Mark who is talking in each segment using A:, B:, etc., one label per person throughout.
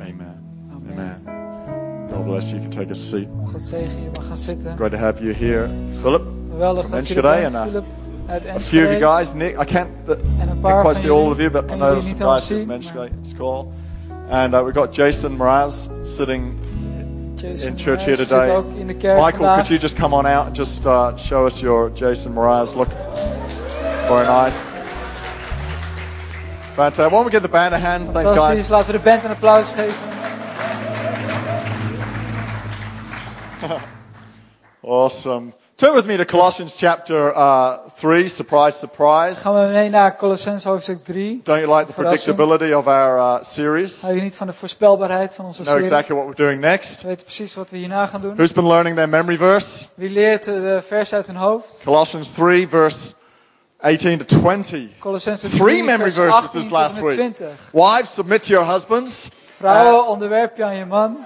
A: Amen.
B: Amen.
A: Amen. God bless you. You can take a seat.
B: God zegen je, mag gaan zitten.
A: Great to have you here. Philip,
B: Geweldig
A: Van
B: dat je er
A: Enschede
B: bent,
A: en, eh,
B: Philip
A: a
B: uit
A: few of you
B: Enschede.
A: guys, Nick, I can't, the,
B: En een
A: can't
B: paar
A: quite
B: van
A: see all of you,
B: jullie
A: but I
B: kan
A: know
B: jullie
A: there's some
B: niet allemaal
A: guys who's
B: zien,
A: mentioned it's called. And uh, we've got Jason Mraz sitting
B: Jason
A: in church here
B: Mraz
A: today.
B: Zit ook in de kerk
A: Michael,
B: vandaag.
A: could you just come on out and just uh, show us your Jason Mraz look? Very nice. Fantastic. Why don't we give the band a hand? Thanks,
B: Fantastisch,
A: guys.
B: laten we de band een applaus geven.
A: Awesome. Turn with me to Colossians chapter uh, 3. Surprise, surprise.
B: Gaan we mee naar Colossense hoofdstuk 3.
A: Don't you like the
B: Verrassing.
A: predictability of our uh, series?
B: Hou je niet van de voorspelbaarheid van onze
A: Know
B: serie?
A: exactly what we're doing next.
B: We weten precies wat we hierna gaan doen.
A: Who's been learning their memory verse?
B: Wie leert eh, de vers uit hun hoofd?
A: Colossians 3, verse 18 to 20.
B: Colossense 3,
A: Three memory
B: vers
A: verses
B: 18
A: this
B: tot
A: last
B: en met
A: week. Uh,
B: 20.
A: Wives, submit to your husbands
B: Vrouwen, onderwerp je aan je man,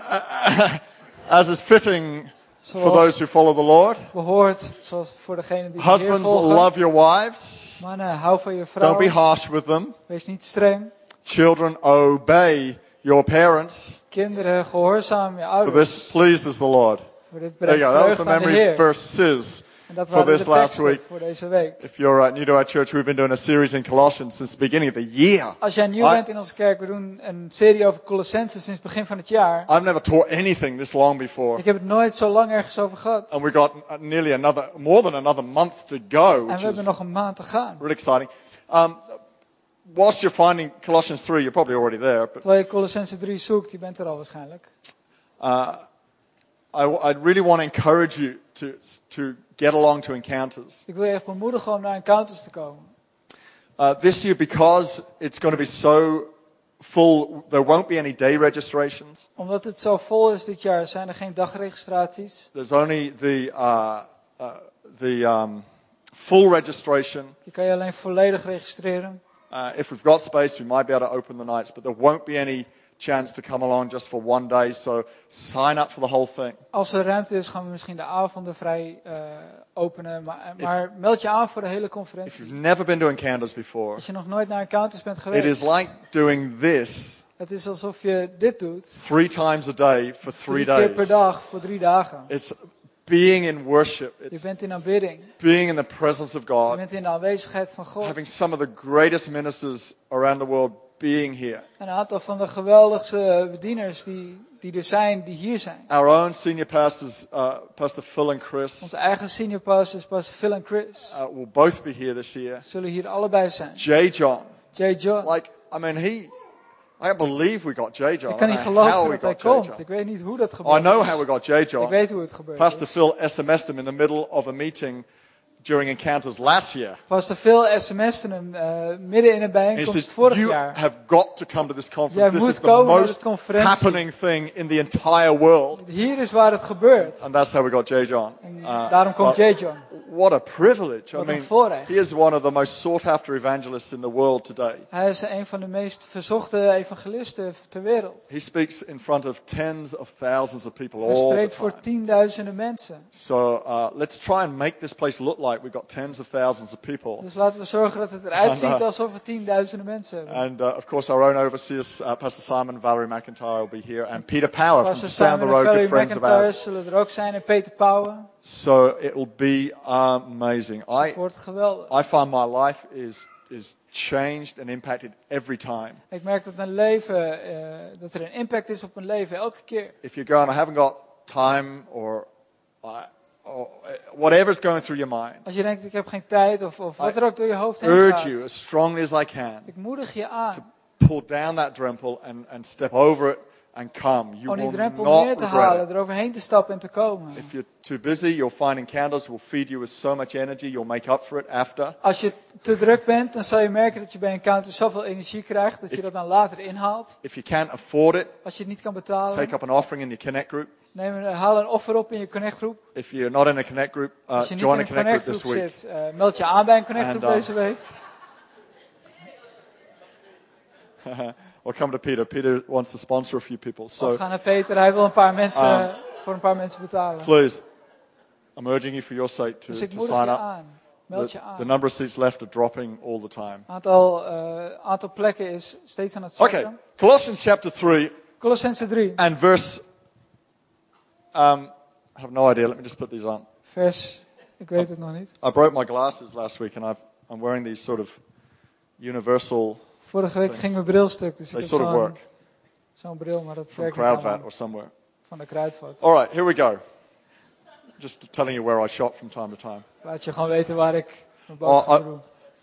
A: as is fitting for
B: Zoals-
A: those who follow the Lord.
B: behoort, zoals voor degene die de Heer
A: Husbands,
B: volgen.
A: love your wives.
B: Mannen, hou van je
A: Don't be
B: vrouw.
A: harsh with them.
B: Wees niet streng.
A: Children, obey your parents.
B: Kinderen, gehoorzaam je
A: For
B: ouders.
A: this pleases the Lord.
B: Voor dit
A: There you
B: brengt
A: go. That was the
B: vreugde aan de
A: memory
B: Heer.
A: verses
B: en dat
A: for
B: waren
A: this
B: de
A: last
B: teksten
A: week.
B: voor deze week.
A: If you're uh, new to our church, we've been doing a series in Colossians since the beginning of the year.
B: Als jij nieuw
A: I-
B: bent in onze kerk, we doen een serie over Colossense sinds begin van het jaar.
A: I've never taught anything this long before.
B: Ik heb het nooit zo lang ergens over gehad.
A: And we've got uh, nearly another, more than another month to go, which
B: En we hebben
A: is
B: nog een maand te gaan.
A: really exciting. Um, whilst you're finding Colossians 3, you're probably already there, but
B: Terwijl je Colossense 3 zoekt, je bent er al waarschijnlijk.
A: I, I really want to encourage you to, to get along to encounters.
B: Ik wil je echt bemoedigen om naar encounters te komen.
A: Uh, this year, because it's going to be so full, there won't be any day registrations.
B: Omdat het zo vol is dit jaar, zijn er geen dagregistraties.
A: There's only the, uh, uh, the um, full registration.
B: Je kan je alleen volledig registreren.
A: Uh, if we've got space, we might be able to open the nights, but there won't be any chance to come along just for one day. So sign up for the whole thing.
B: Als er ruimte is, gaan we misschien de avonden vrij eh, openen. Maar, maar meld je aan voor de hele
A: If you've
B: conferentie.
A: never been to Encounters before,
B: Als je nog nooit naar encounters bent
A: it
B: geweest,
A: is like doing this
B: het is alsof je dit doet.
A: three times a day for three
B: Drie keer per
A: days.
B: dag voor drie dagen.
A: It's being in worship,
B: Je
A: it's
B: bent in aanbidding.
A: being in the presence of
B: Je
A: God,
B: bent in de aanwezigheid van God.
A: having some of the greatest ministers around the world being here.
B: Een aantal van de geweldigste eh, bedieners die, die er zijn, die hier zijn.
A: Our own senior pastors, uh, Pastor Phil and Chris,
B: Onze eigen senior pastors, pastor Phil en Chris,
A: uh, will both be here this year.
B: zullen hier allebei zijn.
A: Jay John,
B: Jay John.
A: like, I mean, he, I can't believe we got Jay John.
B: Ik kan niet
A: I don't know how
B: geloven
A: we
B: dat hij
A: got Jay
B: komt.
A: John.
B: Ik weet niet hoe dat gebeurt.
A: I know how we got Jay
B: Ik
A: John.
B: weet hoe het gebeurt.
A: Pastor
B: is.
A: Phil SMS'd him in the middle of a meeting during encounters last year.
B: Pastor Phil sms'te hem eh, midden
A: And
B: in een
A: he
B: bijeenkomst
A: says,
B: vorig
A: you
B: jaar.
A: have got to come to this
B: Jij
A: conference. This
B: moet
A: is the
B: komen naar
A: most
B: dit conferentie."
A: happening thing in the entire world.
B: Hier is waar het gebeurt.
A: And that's how we got Jay John.
B: En
A: Uh,
B: daarom komt
A: but
B: Jay John.
A: What a privilege. I
B: Wat een
A: mean,
B: voorrecht.
A: he is one of the most sought after evangelists in the world today.
B: Hij is een van de meest verzochte evangelisten ter wereld.
A: He speaks in front of tens of thousands of people
B: Hij
A: all the
B: spreekt
A: time.
B: voor tienduizenden mensen.
A: So uh, let's try and make this place look like we've got tens of thousands of people.
B: Dus laten we zorgen dat het eruit
A: Ah,
B: ziet
A: nou.
B: alsof er tienduizenden mensen hebben.
A: And uh, of course, our own overseers, uh, Pastor Simon, Valerie McIntyre will be here, and Peter Power from
B: Pastor
A: just down
B: Simon
A: the
B: en
A: road,
B: Valerie
A: good friends of
B: McIntyre
A: ours.
B: zullen er ook zijn. En Peter Pauwen. Dus
A: So it will be amazing. I,
B: Het wordt geweldig.
A: I find my life is, is changed and impacted every time.
B: Ik merk dat mijn leven, eh, dat er een impact is op mijn leven, elke keer.
A: If you're going, I haven't got time or, I, or uh, whatever's going through your mind,
B: Als je denkt, ik heb geen tijd, of, of wat
A: I
B: er ook door je hoofd heen
A: urge you
B: gaat.
A: as strongly as I can
B: Ik moedig je aan
A: pull down that drempel and, and step over it and come. You
B: om die
A: will
B: drempel
A: not
B: neer te
A: regret
B: halen,
A: it.
B: eroverheen te stappen en te komen.
A: If you're too busy, you'll find encounters will feed you with so much energy, you'll make up for it after.
B: Als je te druk bent, dan zal je merken dat je bij encounters zoveel energie krijgt, dat je dat dan later inhaalt.
A: If you can't afford it,
B: Als je het niet kan betalen,
A: take up an offering in your Connect group.
B: neem, een- haal een offer op in je connectgroep.
A: If you're not in a Connect group, uh,
B: Als je niet in
A: join a
B: een
A: Connect group this
B: connectgroep
A: week.
B: zit, eh, meld je aan bij een connectgroep
A: En, eh,
B: deze week.
A: Or come to Peter. Peter wants to sponsor a few people.
B: We
A: So Um,
B: gaan naar Peter, hij wil een paar mensen, voor een paar mensen betalen.
A: please, I'm urging you for your sake to,
B: Dus ik
A: to
B: moedig je
A: sign up.
B: aan. Meld je
A: The,
B: aan.
A: the number of seats left are dropping all the time.
B: aantal, eh, aantal plekken is steeds aan het zakken.
A: Okay, Colossians chapter 3.
B: Colossense 3,
A: And verse, um, I have no idea. Let me just put these on.
B: vers, ik weet het nog niet.
A: I broke my glasses last week, and I've, I'm wearing these sort of universal.
B: Vorige week ging mijn bril stuk, dus
A: They
B: ik heb
A: sort of
B: zo'n
A: work
B: zo'n bril, maar dat
A: from
B: werkt niet allemaal.
A: Crowdvat or somewhere.
B: van de kruidvat.
A: All right, here we go. Just telling you where I shop from time to time.
B: Laat je gewoon weten waar ik mijn
A: Oh,
B: boodschappen
A: I-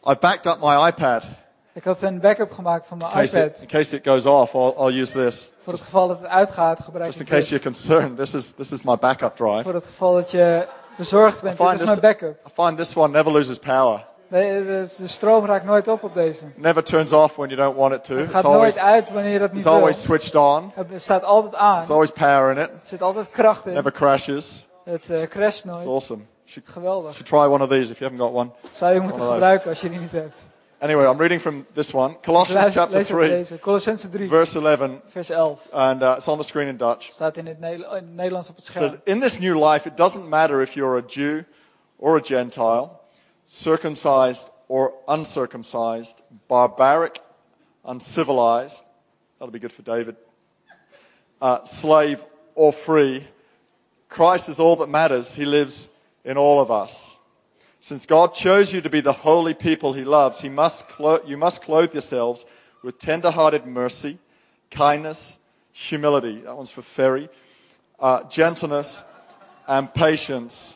B: doe.
A: I backed up my iPad
B: Ik had een backup gemaakt van mijn
A: in case it,
B: iPad.
A: in case it goes off. I'll, I'll use this
B: Voor het geval dat het uitgaat, gebruik
A: just in
B: ik
A: case you're
B: dit.
A: concerned. This is this is my backup drive.
B: Voor het geval dat je bezorgd bent.
A: I find
B: Dit is
A: this-
B: mijn backup.
A: I find this one never loses power.
B: Nee, de, de stroom raakt nooit op op deze.
A: Never turns off when you don't want it to.
B: Het
A: It's
B: gaat
A: always,
B: nooit uit wanneer je dat niet
A: it's
B: wil.
A: always switched on.
B: Het staat altijd aan.
A: There's always power in it.
B: Er zit altijd kracht in.
A: Never crashes.
B: Het eh, crasht
A: It's
B: nooit.
A: awesome. Should,
B: Geweldig.
A: should try one of these if you haven't got one.
B: Zou je moeten
A: One of those.
B: gebruiken als je die niet hebt.
A: Anyway, I'm reading from this one, Colossians
B: Luister-
A: chapter
B: lees op
A: 3,
B: deze. Colossense 3,
A: verse 11,
B: vers 11.
A: and uh, it's on the screen in Dutch.
B: Staat in het, Nederla- in het Nederlands op het
A: It says,
B: scherm.
A: In this new life, it doesn't matter if you're a Jew or a Gentile, circumcised or uncircumcised, barbaric, uncivilized, that'll be good for David, uh, slave or free, Christ is all that matters. He lives in all of us. Since God chose you to be the holy people he loves, he must clo- you must clothe yourselves with tender-hearted mercy, kindness, humility. That one's for Ferry. Uh, gentleness and patience.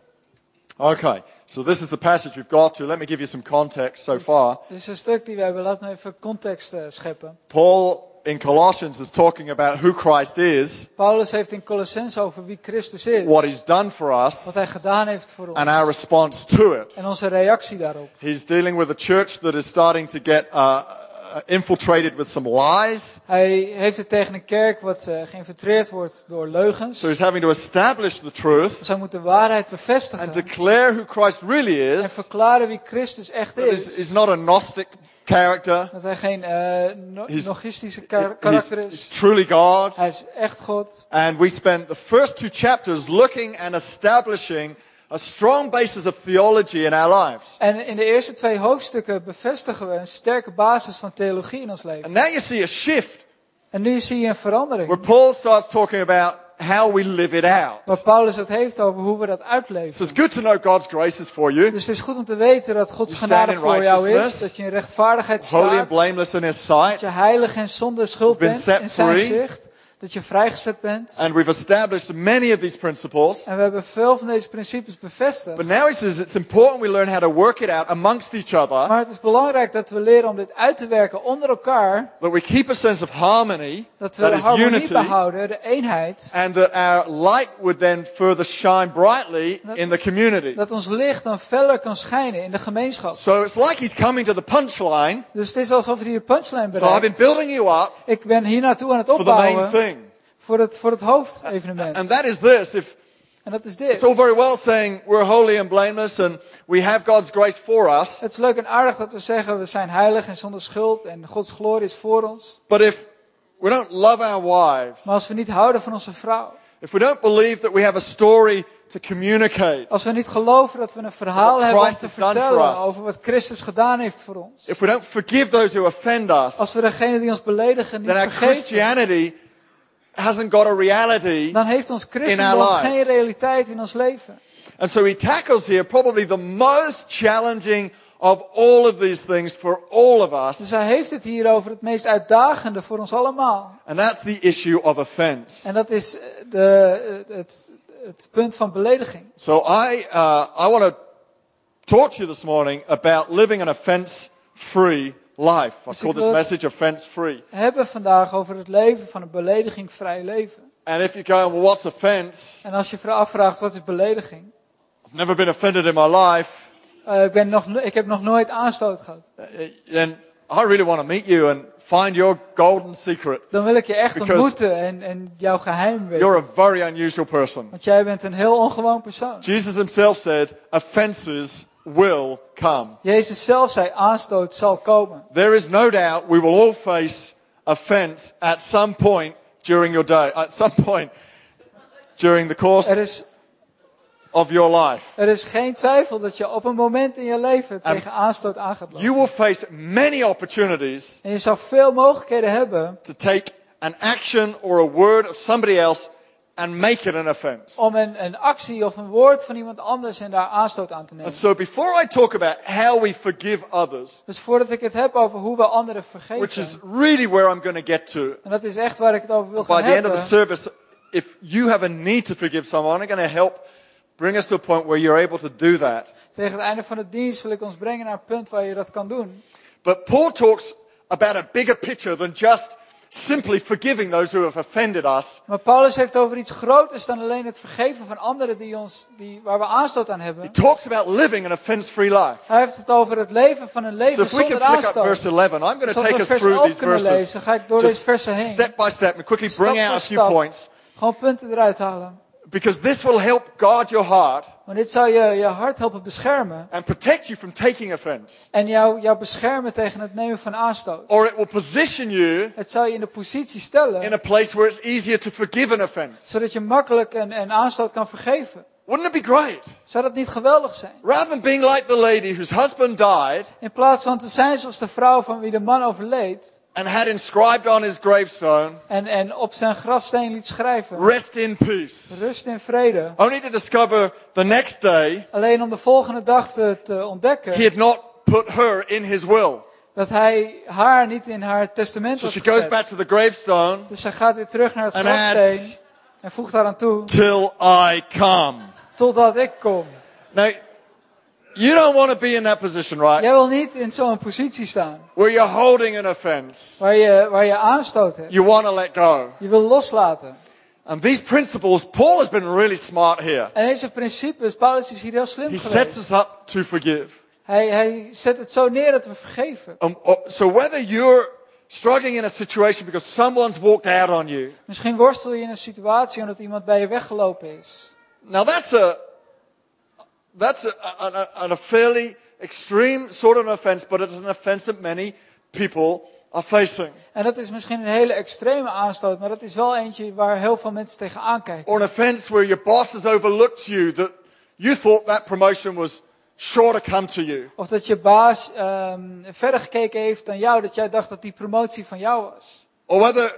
A: Okay, so this is the passage we've got to. Let me give you some context so far.
B: Dit is een stuk die we hebben. Laten we even context eh, scheppen.
A: Paul in Colossians is talking about who Christ is,
B: Paulus heeft in Colossense over wie Christus is.
A: what he's done for us,
B: wat hij gedaan heeft voor ons.
A: and our response to it.
B: en onze reactie daarop.
A: He's dealing with a church that is starting to get uh, infiltrated with some lies.
B: Hij heeft het tegen een kerk wat eh, geïnfiltreerd wordt door leugens.
A: So he's having to establish the truth
B: Dus hij moet de waarheid
A: and
B: bevestigen.
A: declare who Christ really
B: en
A: is.
B: verklaren wie Christus echt
A: That he's,
B: is.
A: he's not a Gnostic character.
B: dat hij geen eh no-
A: He's-
B: nogistische kar-
A: He's,
B: karakter
A: he's
B: is.
A: truly God.
B: Hij is echt God.
A: And we spent the first two chapters looking and establishing a strong basis of theology in our lives.
B: En in de eerste twee hoofdstukken bevestigen we een sterke basis van theologie in ons leven.
A: And now you see a shift
B: En nu zie je een verandering.
A: where Paul starts talking about how we live it out.
B: Waar Paulus het heeft over hoe we dat
A: So
B: uitleven.
A: it's good to know God's grace is for you.
B: Dus het is goed om te weten dat Gods
A: You stand
B: genade
A: in
B: voor jou is.
A: righteousness.
B: Dat je in rechtvaardigheid
A: holy and
B: staat.
A: blameless in his
B: Dat
A: sight.
B: je heilig en zonder schuld
A: been
B: bent
A: set
B: in zijn
A: free.
B: zicht. Dat je vrijgezet bent.
A: And we've established many of these principles.
B: En we hebben veel van deze principes bevestigd.
A: But now he says it's important we learn how to work it out amongst each other,
B: Maar het is belangrijk dat we leren om dit uit te werken onder elkaar.
A: that we keep a sense of harmony,
B: Dat we
A: that
B: de
A: is
B: harmonie
A: unity,
B: behouden, de eenheid.
A: and that our light would then further shine brightly
B: Dat-
A: in the community.
B: Dat ons licht dan feller kan schijnen in de gemeenschap.
A: So it's like he's coming to the punchline.
B: Dus het is alsof hij de punchline
A: So I've been
B: bereikt.
A: building you up
B: Ik ben hier naartoe aan het
A: for the main
B: opbouwen
A: thing.
B: voor het, voor het hoofdevenement.
A: And that is this. If
B: En dat is
A: it's all
B: dit.
A: very well saying we're holy and blameless and we have God's grace for us,
B: Het is leuk en aardig dat we zeggen we zijn heilig en zonder schuld en Gods glorie is voor ons.
A: but if we don't love our wives,
B: Maar als we niet houden van onze vrouw,
A: If we don't believe that we have a story to communicate,
B: als we niet geloven dat we een verhaal
A: What
B: hebben om
A: Christ
B: te
A: has done for
B: vertellen
A: us.
B: over wat Christus gedaan heeft voor ons.
A: if we don't forgive those who offend us,
B: Als we degene die ons beledigen niet
A: then our
B: vergeten,
A: Christianity hasn't got a reality.
B: dan heeft ons christendom
A: lives.
B: geen realiteit in ons leven.
A: And so he tackles here probably the most challenging of all of these things for all of us,
B: Dus hij heeft het hier over het meest uitdagende voor ons allemaal.
A: and that's the issue of offense.
B: En dat is eh, de, eh, het, het punt van belediging.
A: So I, uh, I want to talk to you this morning about living an offense-free life. I
B: Dus
A: call
B: ik
A: this
B: wil-
A: message offense-free.
B: We hebben vandaag over het leven van een beledigingvrij leven.
A: And if you're going, well, what's offense?
B: En als je vra- afvraagt wat is belediging?
A: I've never been offended in my life.
B: Eh, ik, ben nog, no- ik heb nog nooit aanstoot gehad.
A: Uh, and I really want to meet you and Find your golden secret.
B: dan wil ik je echt
A: Because-
B: ontmoeten en, en jouw geheim weten.
A: You're a very unusual person.
B: Want jij bent een heel ongewoon persoon.
A: Jesus himself said, offenses will come.
B: Jezus zelf zei, aanstoot zal komen.
A: There is no doubt we will all face offense at some point during your day, at some point during the course
B: Er is,
A: of your life.
B: er is geen twijfel dat je op een moment in je leven
A: En-
B: tegen aanstoot aan gaat lopen.
A: You will face many opportunities
B: En je zal veel mogelijkheden hebben
A: to take an action or a word of somebody else and make it an offense.
B: om een, een actie of een woord van iemand anders en daar aanstoot aan te
A: And
B: nemen.
A: so before I talk about how we forgive others,
B: Dus voordat ik het heb over hoe we anderen vergeven.
A: which is really where I'm going to get to
B: en dat is echt waar ik het over wil
A: by
B: gaan
A: the end of
B: hebben.
A: the service, if you have a need to forgive someone, I'm going to help bring us to a point where you're able to do that.
B: Tegen het einde van de dienst wil ik ons brengen naar een punt waar je dat kan doen.
A: But Paul talks about a bigger picture than just simply forgiving those who have offended us.
B: Maar Paulus heeft over iets groters dan alleen het vergeven van anderen die ons, die, waar we aanstoot aan hebben.
A: He talks about living an offense-free life.
B: Hij heeft het over het leven van een leven
A: So if we can
B: zonder
A: flick up verse
B: aanstoot.
A: 11, I'm going
B: Dus
A: to
B: als
A: take
B: we
A: us
B: vers
A: through
B: 11
A: these
B: kunnen
A: verses
B: lezen, ga ik door deze
A: just
B: versen heen.
A: step by step and quickly
B: Stap
A: bring out
B: voor
A: a few
B: stap.
A: points
B: Gewoon punten eruit halen.
A: because this will help guard your heart
B: Want dit zou je, je hart helpen beschermen.
A: and protect you from taking offense.
B: En jou, jou beschermen tegen het nemen van aanstoot.
A: Or it will position you
B: Het zou je in de positie
A: in
B: stellen,
A: a place where it's easier to forgive an offense.
B: zodat je makkelijk een, een aanstoot kan vergeven.
A: Wouldn't it be great?
B: Zou dat niet geweldig zijn?
A: Rather than being like the lady whose husband died
B: In plaats van te zijn zoals de vrouw van wie de man overleed
A: and had inscribed on his gravestone,
B: en, en op zijn grafsteen liet schrijven,
A: rest in peace.
B: rust in vrede.
A: Only to discover the next day
B: Alleen om de volgende dag te, te
A: he
B: ontdekken
A: had not put her in his will.
B: dat hij haar niet in haar testament
A: So
B: had
A: she goes
B: gezet.
A: back to the gravestone
B: Dus zij gaat weer terug naar het
A: And
B: grafsteen
A: adds-
B: en voegt daaraan toe,
A: till I come.
B: totdat ik kom.
A: Now, you don't want to be in that position, right?
B: Jij wil niet in zo'n positie staan
A: Where you're holding an offense.
B: waar je, waar je aanstoot hebt.
A: You want to let go.
B: Je wil loslaten.
A: And these principles, Paul has been really smart here.
B: En deze principes, Paulus is hier heel slim
A: He sets
B: geweest.
A: us up to forgive.
B: Hij, hij zet het zo neer dat we vergeven.
A: Um, oh, so whether you're struggling in a situation because someone's walked out on you,
B: Misschien worstel je in een situatie omdat iemand bij je weggelopen is.
A: now that's a that's a, a, a, a fairly extreme sort of an offence, but it's an offence that many people are facing,
B: En dat is misschien een hele extreme aanstoot, maar dat is wel eentje waar heel veel mensen tegenaan kijken.
A: or an offence where your boss has overlooked you that you thought that promotion was sure to come to you,
B: Of dat je baas ehm, verder gekeken heeft dan jou, dat jij dacht dat die promotie van jou was.
A: or whether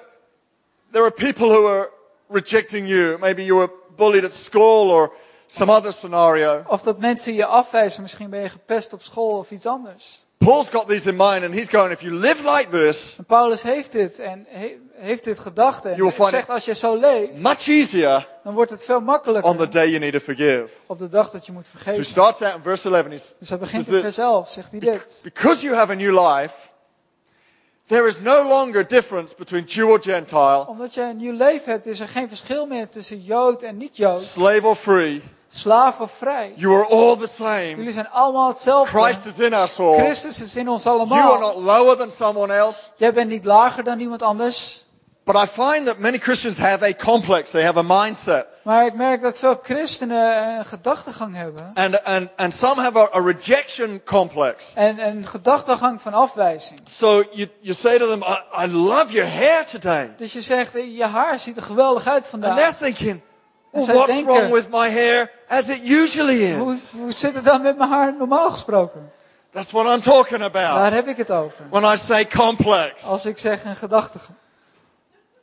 A: there are people who are rejecting you. Maybe you were bullied at school or some other scenario.
B: Of dat mensen je afwijzen, misschien ben je gepest op school of iets anders.
A: Paul's got these in mind, and he's going, if you live like this.
B: En Paulus heeft dit en he- heeft dit gedacht en
A: You'll find
B: zegt
A: it-
B: als je zo leeft,
A: much easier
B: dan wordt het veel
A: on the
B: makkelijker
A: day you need to forgive.
B: op de dag dat je moet
A: So he
B: vergeven.
A: starts out in verse 11. He s-
B: Dus hij
A: says
B: begint in vers
A: this,
B: 11, zegt hij dit.
A: Because you have a new life, there is no longer a difference between Jew or Gentile,
B: Omdat je een nieuw leven hebt, is er geen verschil meer tussen Jood en niet-Jood,
A: slave or free.
B: slaaf of vrij.
A: You are all the same.
B: Jullie zijn allemaal hetzelfde.
A: Christ is in us all.
B: Christus is in ons
A: You are not
B: allemaal.
A: lower than someone else.
B: Jij bent niet lager dan iemand anders.
A: But I find that many Christians have a complex, they have a mindset.
B: Maar ik merk dat veel christenen een gedachtegang hebben.
A: And, and, and some have a, a rejection complex.
B: En een gedachtegang van afwijzing.
A: So you, you say to them, I, I love your hair today.
B: Dus je zegt, eh, je haar ziet er geweldig uit
A: And they're
B: vandaag.
A: thinking,
B: En
A: well,
B: zij
A: what's
B: denken-
A: wrong with my hair as it usually
B: Hoe,
A: is?
B: hoe zit het dan met mijn haar normaal gesproken?
A: That's what I'm talking about
B: Daar heb ik het over.
A: when I say complex.
B: Als ik zeg een gedachtegang.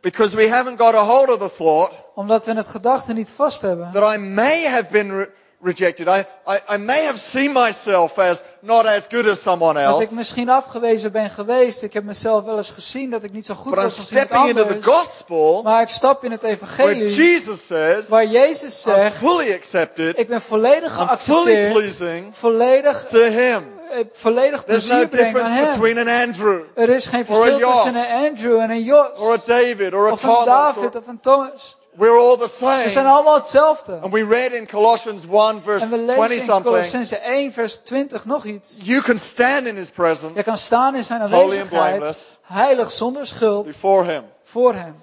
A: Because we haven't got a hold of the thought
B: Omdat we het gedachte niet vast hebben.
A: that I may have been re- rejected. I, I, I may have seen myself as not as good as someone
B: Dat ik
A: else.
B: misschien afgewezen ben geweest. Ik heb mezelf wel eens gezien dat ik niet zo goed
A: But I'm
B: was als iemand
A: stepping into the
B: anders.
A: gospel
B: Maar ik stap in het
A: where
B: evangelie
A: Jesus says,
B: waar Jezus
A: I'm
B: zegt,
A: fully accepted
B: ik ben volledig
A: fully
B: geaccepteerd,
A: pleasing
B: volledig,
A: to Him.
B: eh, volledig
A: There's no
B: plezier breng aan
A: difference
B: hem.
A: between an Andrew
B: Er is geen
A: or a
B: verschil
A: Jos
B: tussen een Andrew en een Jos,
A: or a David or a
B: of een
A: Thomas or
B: David of een Thomas.
A: We're all the
B: We zijn
A: same.
B: allemaal hetzelfde.
A: And we read in Colossians 1, verse
B: En we
A: 20
B: lezen in
A: something,
B: Colossense 1 vers 20 nog iets.
A: you can stand in his
B: Je
A: presence
B: kan staan in zijn
A: and
B: aanwezigheid,
A: blameless.
B: heilig zonder schuld,
A: before him.
B: voor hem.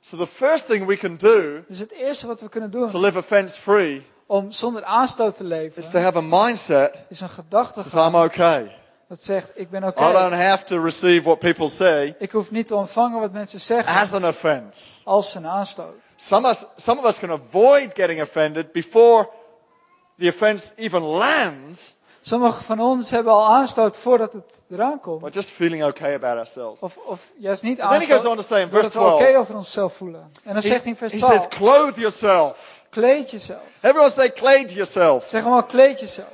A: So the first thing we can do
B: Dus het eerste wat we kunnen
A: to
B: doen
A: live offense free
B: om zonder aanstoot te
A: is to
B: leven,
A: have a mindset
B: is een gedachte
A: that I'm okay.
B: dat zegt, ik ben oké.
A: I don't have to receive what people say
B: Ik hoef niet te ontvangen wat mensen zeggen
A: as an offense.
B: als een aanstoot.
A: Some of, us, some of us can avoid getting offended before the offense even lands
B: Sommigen van ons hebben al aanstoot voordat het eraan
A: by
B: komt.
A: just feeling okay about ourselves.
B: Of, of juist niet
A: And then he
B: aanstoot,
A: goes on to say in
B: doordat
A: verse
B: we oké
A: 12.
B: over onszelf voelen. En dan
A: He,
B: zegt hij in vers
A: he says,
B: 12,
A: clothe yourself.
B: kleed jezelf.
A: Everyone say, clothe yourself.
B: Zeg allemaal, kleed jezelf.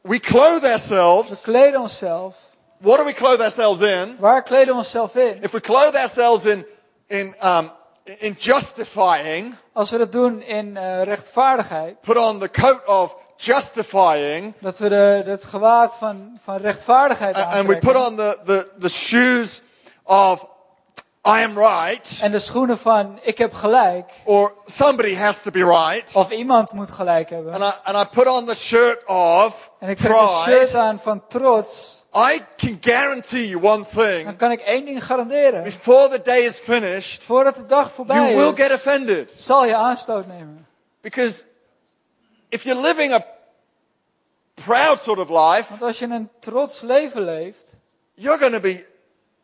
A: We clothe
B: We
A: ourselves.
B: kleden onszelf.
A: What do we clothe ourselves in?
B: Waar kleden we onszelf in?
A: If we clothe ourselves in, in, um, in justifying,
B: Als we dat doen in eh, rechtvaardigheid,
A: put on the coat of justifying,
B: dat we de, het gewaad van, van rechtvaardigheid
A: a- and we put
B: aantrekken.
A: on the, the, the shoes of I am right,
B: En de schoenen van, ik heb gelijk.
A: or somebody has to be right,
B: Of iemand moet gelijk hebben.
A: and I, and I put on the shirt of
B: En ik trek een shirt
A: pride,
B: aan van trots.
A: I can guarantee you one
B: Dan
A: thing.
B: kan ik één ding garanderen.
A: Before the day is finished,
B: Voordat de dag
A: you
B: voorbij
A: will get
B: is,
A: offended.
B: zal je aanstoot nemen.
A: Because if you're living a proud sort of life,
B: Want als je een trots leven leeft,
A: you're going to be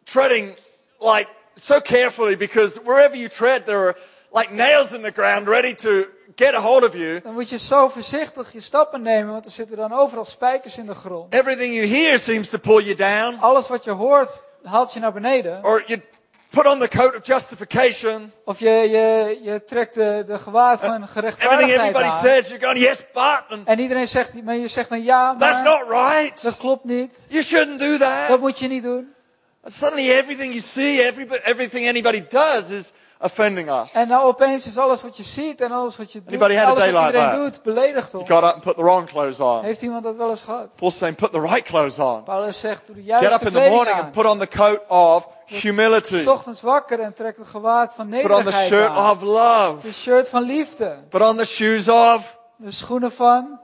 A: treading like so carefully because wherever you tread, there are like nails in the ground ready to get a hold of you.
B: dan moet je zo voorzichtig je stappen nemen, want er zitten dan overal spijkers in de grond.
A: Everything you hear seems to pull you down,
B: Alles wat je hoort, haalt je naar beneden.
A: or you put on the coat of justification.
B: Of je, je, je trekt de, de gewaad van
A: Everything
B: gerechtvaardigheid
A: everybody
B: aan.
A: says, you're going, yes, but, and
B: En iedereen zegt, maar je zegt dan ja,
A: that's
B: maar
A: not right.
B: dat klopt niet.
A: You shouldn't do
B: Dat
A: that.
B: moet je niet doen.
A: And suddenly everything you see, everybo- everything anybody does is offending us.
B: En nou opeens is alles wat je ziet en alles wat je doet,
A: Anybody had a
B: alles wat
A: day like
B: iedereen
A: that?
B: doet, beledigd
A: You
B: ons.
A: got up and put the wrong clothes on.
B: Heeft iemand dat wel eens gehad?
A: Paul's saying, put the right clothes on.
B: Paulus zegt, doe de
A: Get
B: juiste
A: up in the
B: kleding
A: morning and
B: aan.
A: put on the coat of humility.
B: S ochtends wakker en trek een gewaad van
A: Put on the
B: nederigheid
A: shirt
B: aan.
A: of love.
B: De shirt van liefde.
A: Put on the shoes of
B: De schoenen van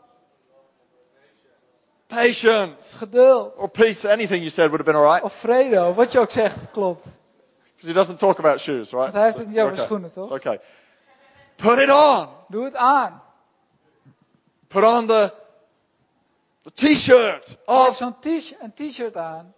A: patience.
B: geduld.
A: Or peace. Anything you said would have been all right.
B: Of vrede, of wat je ook zegt, klopt.
A: Because he doesn't talk about shoes, right?
B: Want hij heeft het niet over
A: okay.
B: schoenen, toch?
A: It's okay. Put it on.
B: Doe het aan.
A: Put on the, the t-shirt
B: Trek
A: of,
B: zo'n t- een t-shirt aan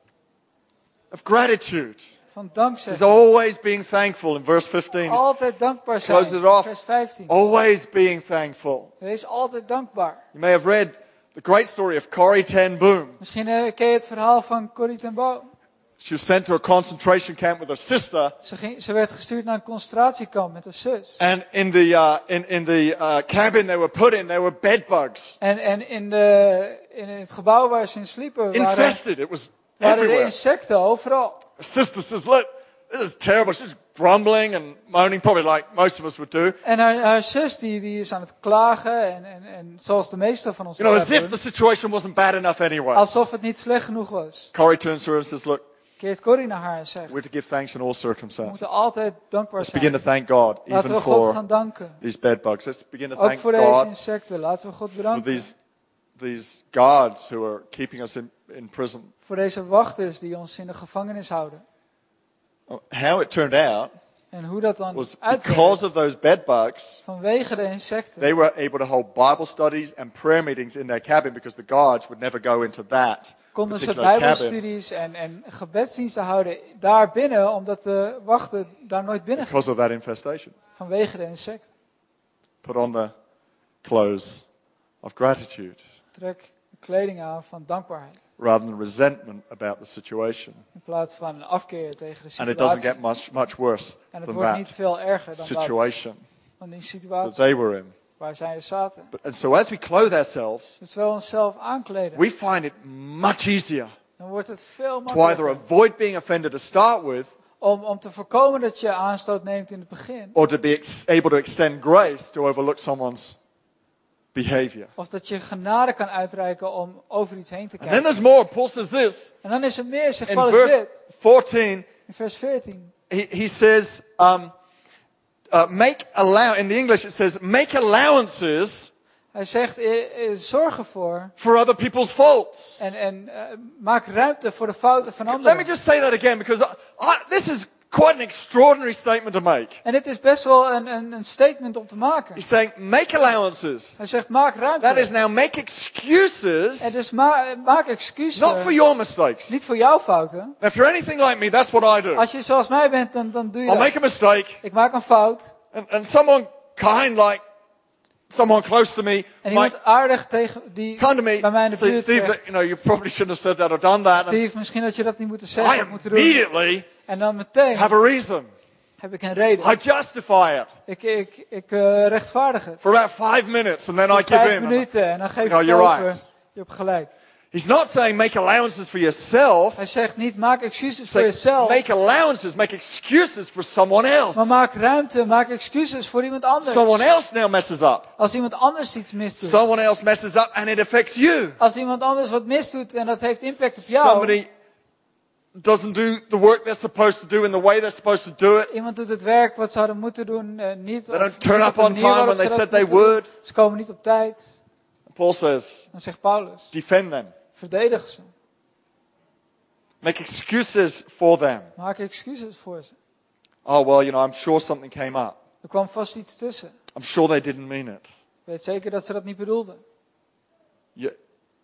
A: of gratitude.
B: van
A: It's
B: dankzij.
A: always being thankful in verse 15.
B: Altijd dankbaar
A: Close it
B: zijn.
A: off.
B: Vers 15.
A: Always being thankful.
B: Wees altijd dankbaar.
A: You may have read the great story of Corrie Ten Boom.
B: Misschien eh, ken je het verhaal van Corrie ten Boom.
A: She was sent to a concentration camp with her sister,
B: Ze, ging, ze werd gestuurd naar een concentratiekamp met haar zus.
A: and in the uh, in in the uh, cabin they were put in, there were bed bugs
B: En, en in, de, in het gebouw waar ze in sliepen waren,
A: infested. It was
B: waren de
A: everywhere.
B: insecten overal.
A: Her sister says, "Look, this is terrible." She's grumbling and moaning, probably like most of us would do.
B: En haar, haar zus die, die is aan het klagen en, en, en zoals de meesten van ons
A: You know,
B: dat
A: as if the
B: doen,
A: situation wasn't bad enough anyway.
B: alsof het niet slecht genoeg was.
A: Corrie turns to her and says, "Look,
B: Keert Corrie naar haar en zegt,
A: we're to
B: we
A: give thanks in all
B: moeten
A: circumstances.
B: altijd dankbaar
A: Let's begin
B: zijn.
A: to thank God,
B: Laten we
A: even
B: God gaan
A: for
B: danken.
A: these bed bugs. Let's begin to
B: Ook
A: thank
B: voor deze
A: God
B: insecten, laten we God
A: for
B: bedanken.
A: these these guards who are keeping us in in prison."
B: Voor deze wachters die ons in de gevangenis houden.
A: How it turned out.
B: En hoe dat dan
A: was because
B: uitkomt,
A: of those bed bugs,
B: vanwege de insecten,
A: they were able to hold Bible studies and prayer meetings in their cabin because the guards would never go into that
B: konden ze
A: particular cabin
B: bijbelstudies en, en gebedsdiensten houden daar binnen, omdat de wachten daar nooit binnen gingen,
A: because of that infestation.
B: vanwege de insecten.
A: Put on the clothes of gratitude
B: Trek de kleding aan van dankbaarheid.
A: rather than resentment about the situation.
B: In plaats van afkeer tegen de
A: And it doesn't
B: situatie.
A: get much, much worse
B: En het
A: than
B: wordt niet
A: that
B: veel erger dan dat.
A: situation
B: Dan die
A: that
B: situatie
A: they were in.
B: waar zij zaten.
A: But, and so as we clothe ourselves,
B: Dus wel onszelf aankleden.
A: we find it much easier
B: Dan wordt het veel
A: to either
B: makkelijker
A: avoid being offended to start with
B: om, om te voorkomen dat je aanstoot neemt in het begin.
A: or to be ex- able to extend grace to overlook someone's behavior.
B: Of dat je genade kan uitreiken om over iets heen te
A: And then
B: kijken.
A: there's more. Paul says this
B: En dan is er meer, zegt
A: in
B: Paulus
A: verse
B: dit.
A: 14.
B: In vers 14.
A: He, he says, um, uh, make allow, in the English it says, make allowances
B: Hij zegt, eh, eh, zorg ervoor
A: for other people's faults.
B: en, en eh, maak ruimte voor de fouten van
A: Let me
B: anderen.
A: just say that again because I, I, this is quite an extraordinary statement to make.
B: En dit is best wel een, een, een statement om te maken.
A: He's saying, make allowances.
B: Hij zegt, maak
A: That is
B: ruimte.
A: now make excuses,
B: En dus ma- eh, maak
A: not for
B: excuses.
A: your mistakes.
B: Niet voor jouw fouten.
A: Now, if you're anything like me, that's what I do.
B: Als je zoals mij bent, dan, dan doe je
A: I'll make a
B: dat.
A: mistake,
B: Ik maak een fout.
A: and, and someone kind, like someone close to me,
B: En
A: might
B: iemand aardig tegen, die
A: come to me.
B: bij mij in de
A: Steve,
B: buurt
A: Steve
B: zegt,
A: you know, you probably shouldn't have said that or done that. And
B: Steve, misschien had je dat niet moeten
A: I
B: zeggen of moeten doen.
A: immediately
B: En dan meteen
A: have a reason.
B: heb ik een reden.
A: I justify it
B: Ik, ik, ik eh, rechtvaardig het.
A: for about five minutes, and then I give
B: Vijf
A: in.
B: minuten en dan geef
A: No,
B: ik
A: you're
B: over.
A: right.
B: Je hebt gelijk.
A: He's not saying make allowances for yourself.
B: Hij zegt niet maak excuses voor
A: He's saying,
B: jezelf,
A: make allowances, make excuses for someone else.
B: maar maak ruimte, maak excuses voor iemand
A: Someone
B: anders.
A: else now messes up.
B: Als iemand anders iets misdoet,
A: Someone else messes up, and it affects you.
B: als iemand anders wat misdoet en dat heeft impact op jou,
A: Somebody doesn't do the work they're supposed to do in the way they're supposed to do it.
B: iemand doet het werk wat ze hadden moeten doen eh, niet.
A: They
B: of
A: don't turn up
B: niet op de
A: on
B: manier
A: time
B: waarop
A: when
B: ze
A: they
B: dat
A: said they
B: moeten doen. Ze komen niet op tijd.
A: Paul says,
B: Dan zegt Paulus,
A: defend them,
B: verdedig ze,
A: make excuses for them.
B: maak excuses voor ze.
A: Oh, well, you know, I'm sure something came up.
B: Er kwam vast iets tussen.
A: I'm sure they didn't mean it.
B: Ik weet zeker dat ze dat niet bedoelden.
A: You,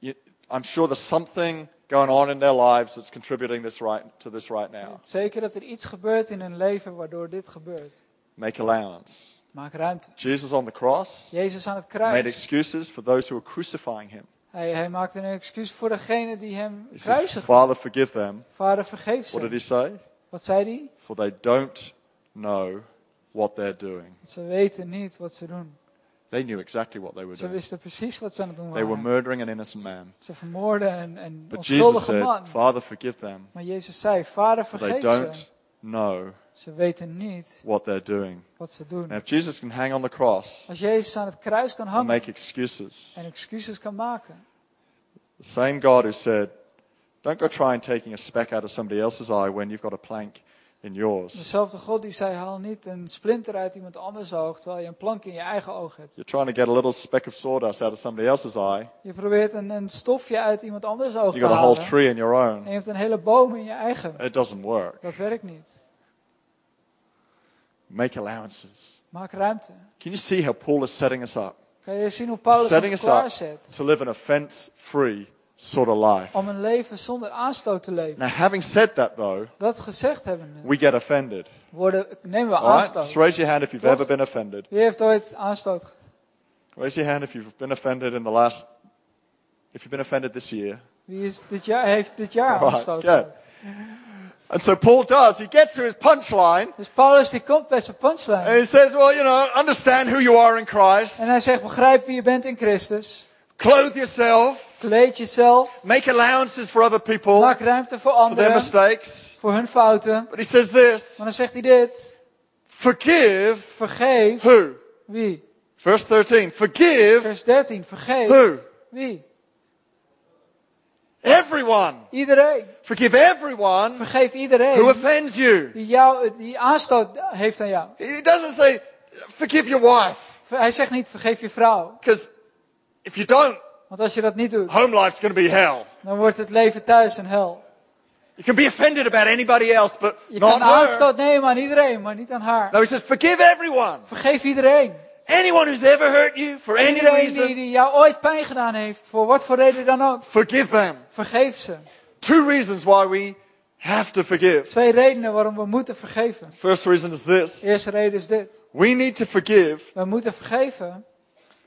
A: you, I'm sure there's something going on in their lives that's contributing this right, to this right now.
B: Zeker dat er iets gebeurt in hun leven waardoor dit gebeurt.
A: Make allowance.
B: Maak ruimte.
A: Jesus on the cross
B: Jezus aan het
A: made
B: kruis.
A: excuses for those who were crucifying him.
B: Hij, hij maakte een excuus voor degene die hem
A: He says,
B: kruisigde.
A: Father, forgive them.
B: Vader, vergeef
A: What did
B: ze.
A: he say?
B: Wat zei hij?
A: For they don't know what they're doing.
B: Ze weten niet wat ze doen.
A: They knew exactly what they were
B: Ze
A: doing.
B: wisten precies wat ze aan het doen
A: They were
B: waren.
A: murdering an innocent man.
B: Ze vermoorden een, een
A: But Jesus
B: onschuldige
A: said,
B: man.
A: Father, forgive them.
B: Maar Jezus zei, vader,
A: For they
B: vergeef
A: don't
B: ze.
A: know
B: Ze weten niet
A: what they're doing.
B: wat ze
A: Now,
B: doen.
A: if Jesus can hang on the cross
B: Als Jezus aan het kruis kan
A: and
B: hangen
A: make excuses,
B: en excuses kan maken.
A: the same God who said, don't go trying taking a speck out of somebody else's eye when you've got a plank in yours.
B: Dezelfde God die zei, haal niet een splinter uit iemand anders oog, terwijl je een plank in je eigen oog hebt.
A: You're trying to get a little speck of sawdust out of somebody else's eye.
B: Je probeert een, een stofje uit iemand anders oog
A: You've
B: te
A: got a whole
B: halen.
A: tree in your
B: En
A: own.
B: je hebt een hele boom in je eigen.
A: It doesn't work.
B: Dat werkt niet.
A: Make allowances.
B: Maak ruimte.
A: Can you see how Paul is setting us up?
B: Kan je zien hoe Paulus
A: setting
B: ons
A: us up
B: klaarzet
A: to live an offense free sort of life.
B: om een leven zonder aanstoot te leven?
A: Now, having said that, though,
B: Dat gezegd hebben
A: we get offended.
B: worden, nemen we
A: All right?
B: aanstoot.
A: Just raise your hand if you've
B: Toch?
A: ever been offended.
B: Wie heeft ooit aanstoot gehad?
A: Raise your hand if you've been offended in the last, if you've been offended this year.
B: Wie is dit jaar, heeft dit jaar
A: All right,
B: aanstoot
A: good.
B: gehad?
A: And so Paul does. He gets to his punchline
B: Dus Paulus die komt bij zijn punchline.
A: and he says, well, you know, understand who you are in Christ.
B: En hij zegt, begrijp wie je bent in Christus.
A: Clothe yourself.
B: Kleed jezelf.
A: Make allowances for other people,
B: Maak ruimte voor
A: for their
B: anderen.
A: mistakes.
B: Voor hun fouten.
A: But he says this,
B: Maar dan zegt hij dit.
A: forgive
B: Vergeef.
A: who?
B: Wie?
A: Verse 13, forgive
B: Vers 13. Vergeef.
A: who?
B: Wie?
A: Everyone.
B: Iedereen.
A: Forgive everyone
B: Vergeef
A: who
B: iedereen
A: offends you.
B: die, jou, die aanstoot heeft aan jou.
A: He doesn't say, forgive your wife.
B: Ver- Hij zegt niet vergeef je vrouw.
A: Because if you don't,
B: Want als je dat niet doet,
A: home life's going to be hell.
B: dan wordt het leven thuis een hel.
A: You can be offended about anybody else, but
B: Je
A: not
B: kan
A: her.
B: aanstoot nemen aan iedereen, maar niet aan haar.
A: No, he says, forgive everyone.
B: Vergeef iedereen.
A: Anyone who's ever hurt you for any
B: Iedereen die,
A: reason,
B: die jou ooit pijn gedaan heeft, voor wat voor reden dan ook,
A: forgive them.
B: vergeef ze.
A: Two reasons why we have to forgive.
B: Twee redenen waarom we moeten vergeven.
A: First reason is this.
B: De eerste reden is dit.
A: We need to forgive
B: We moeten vergeven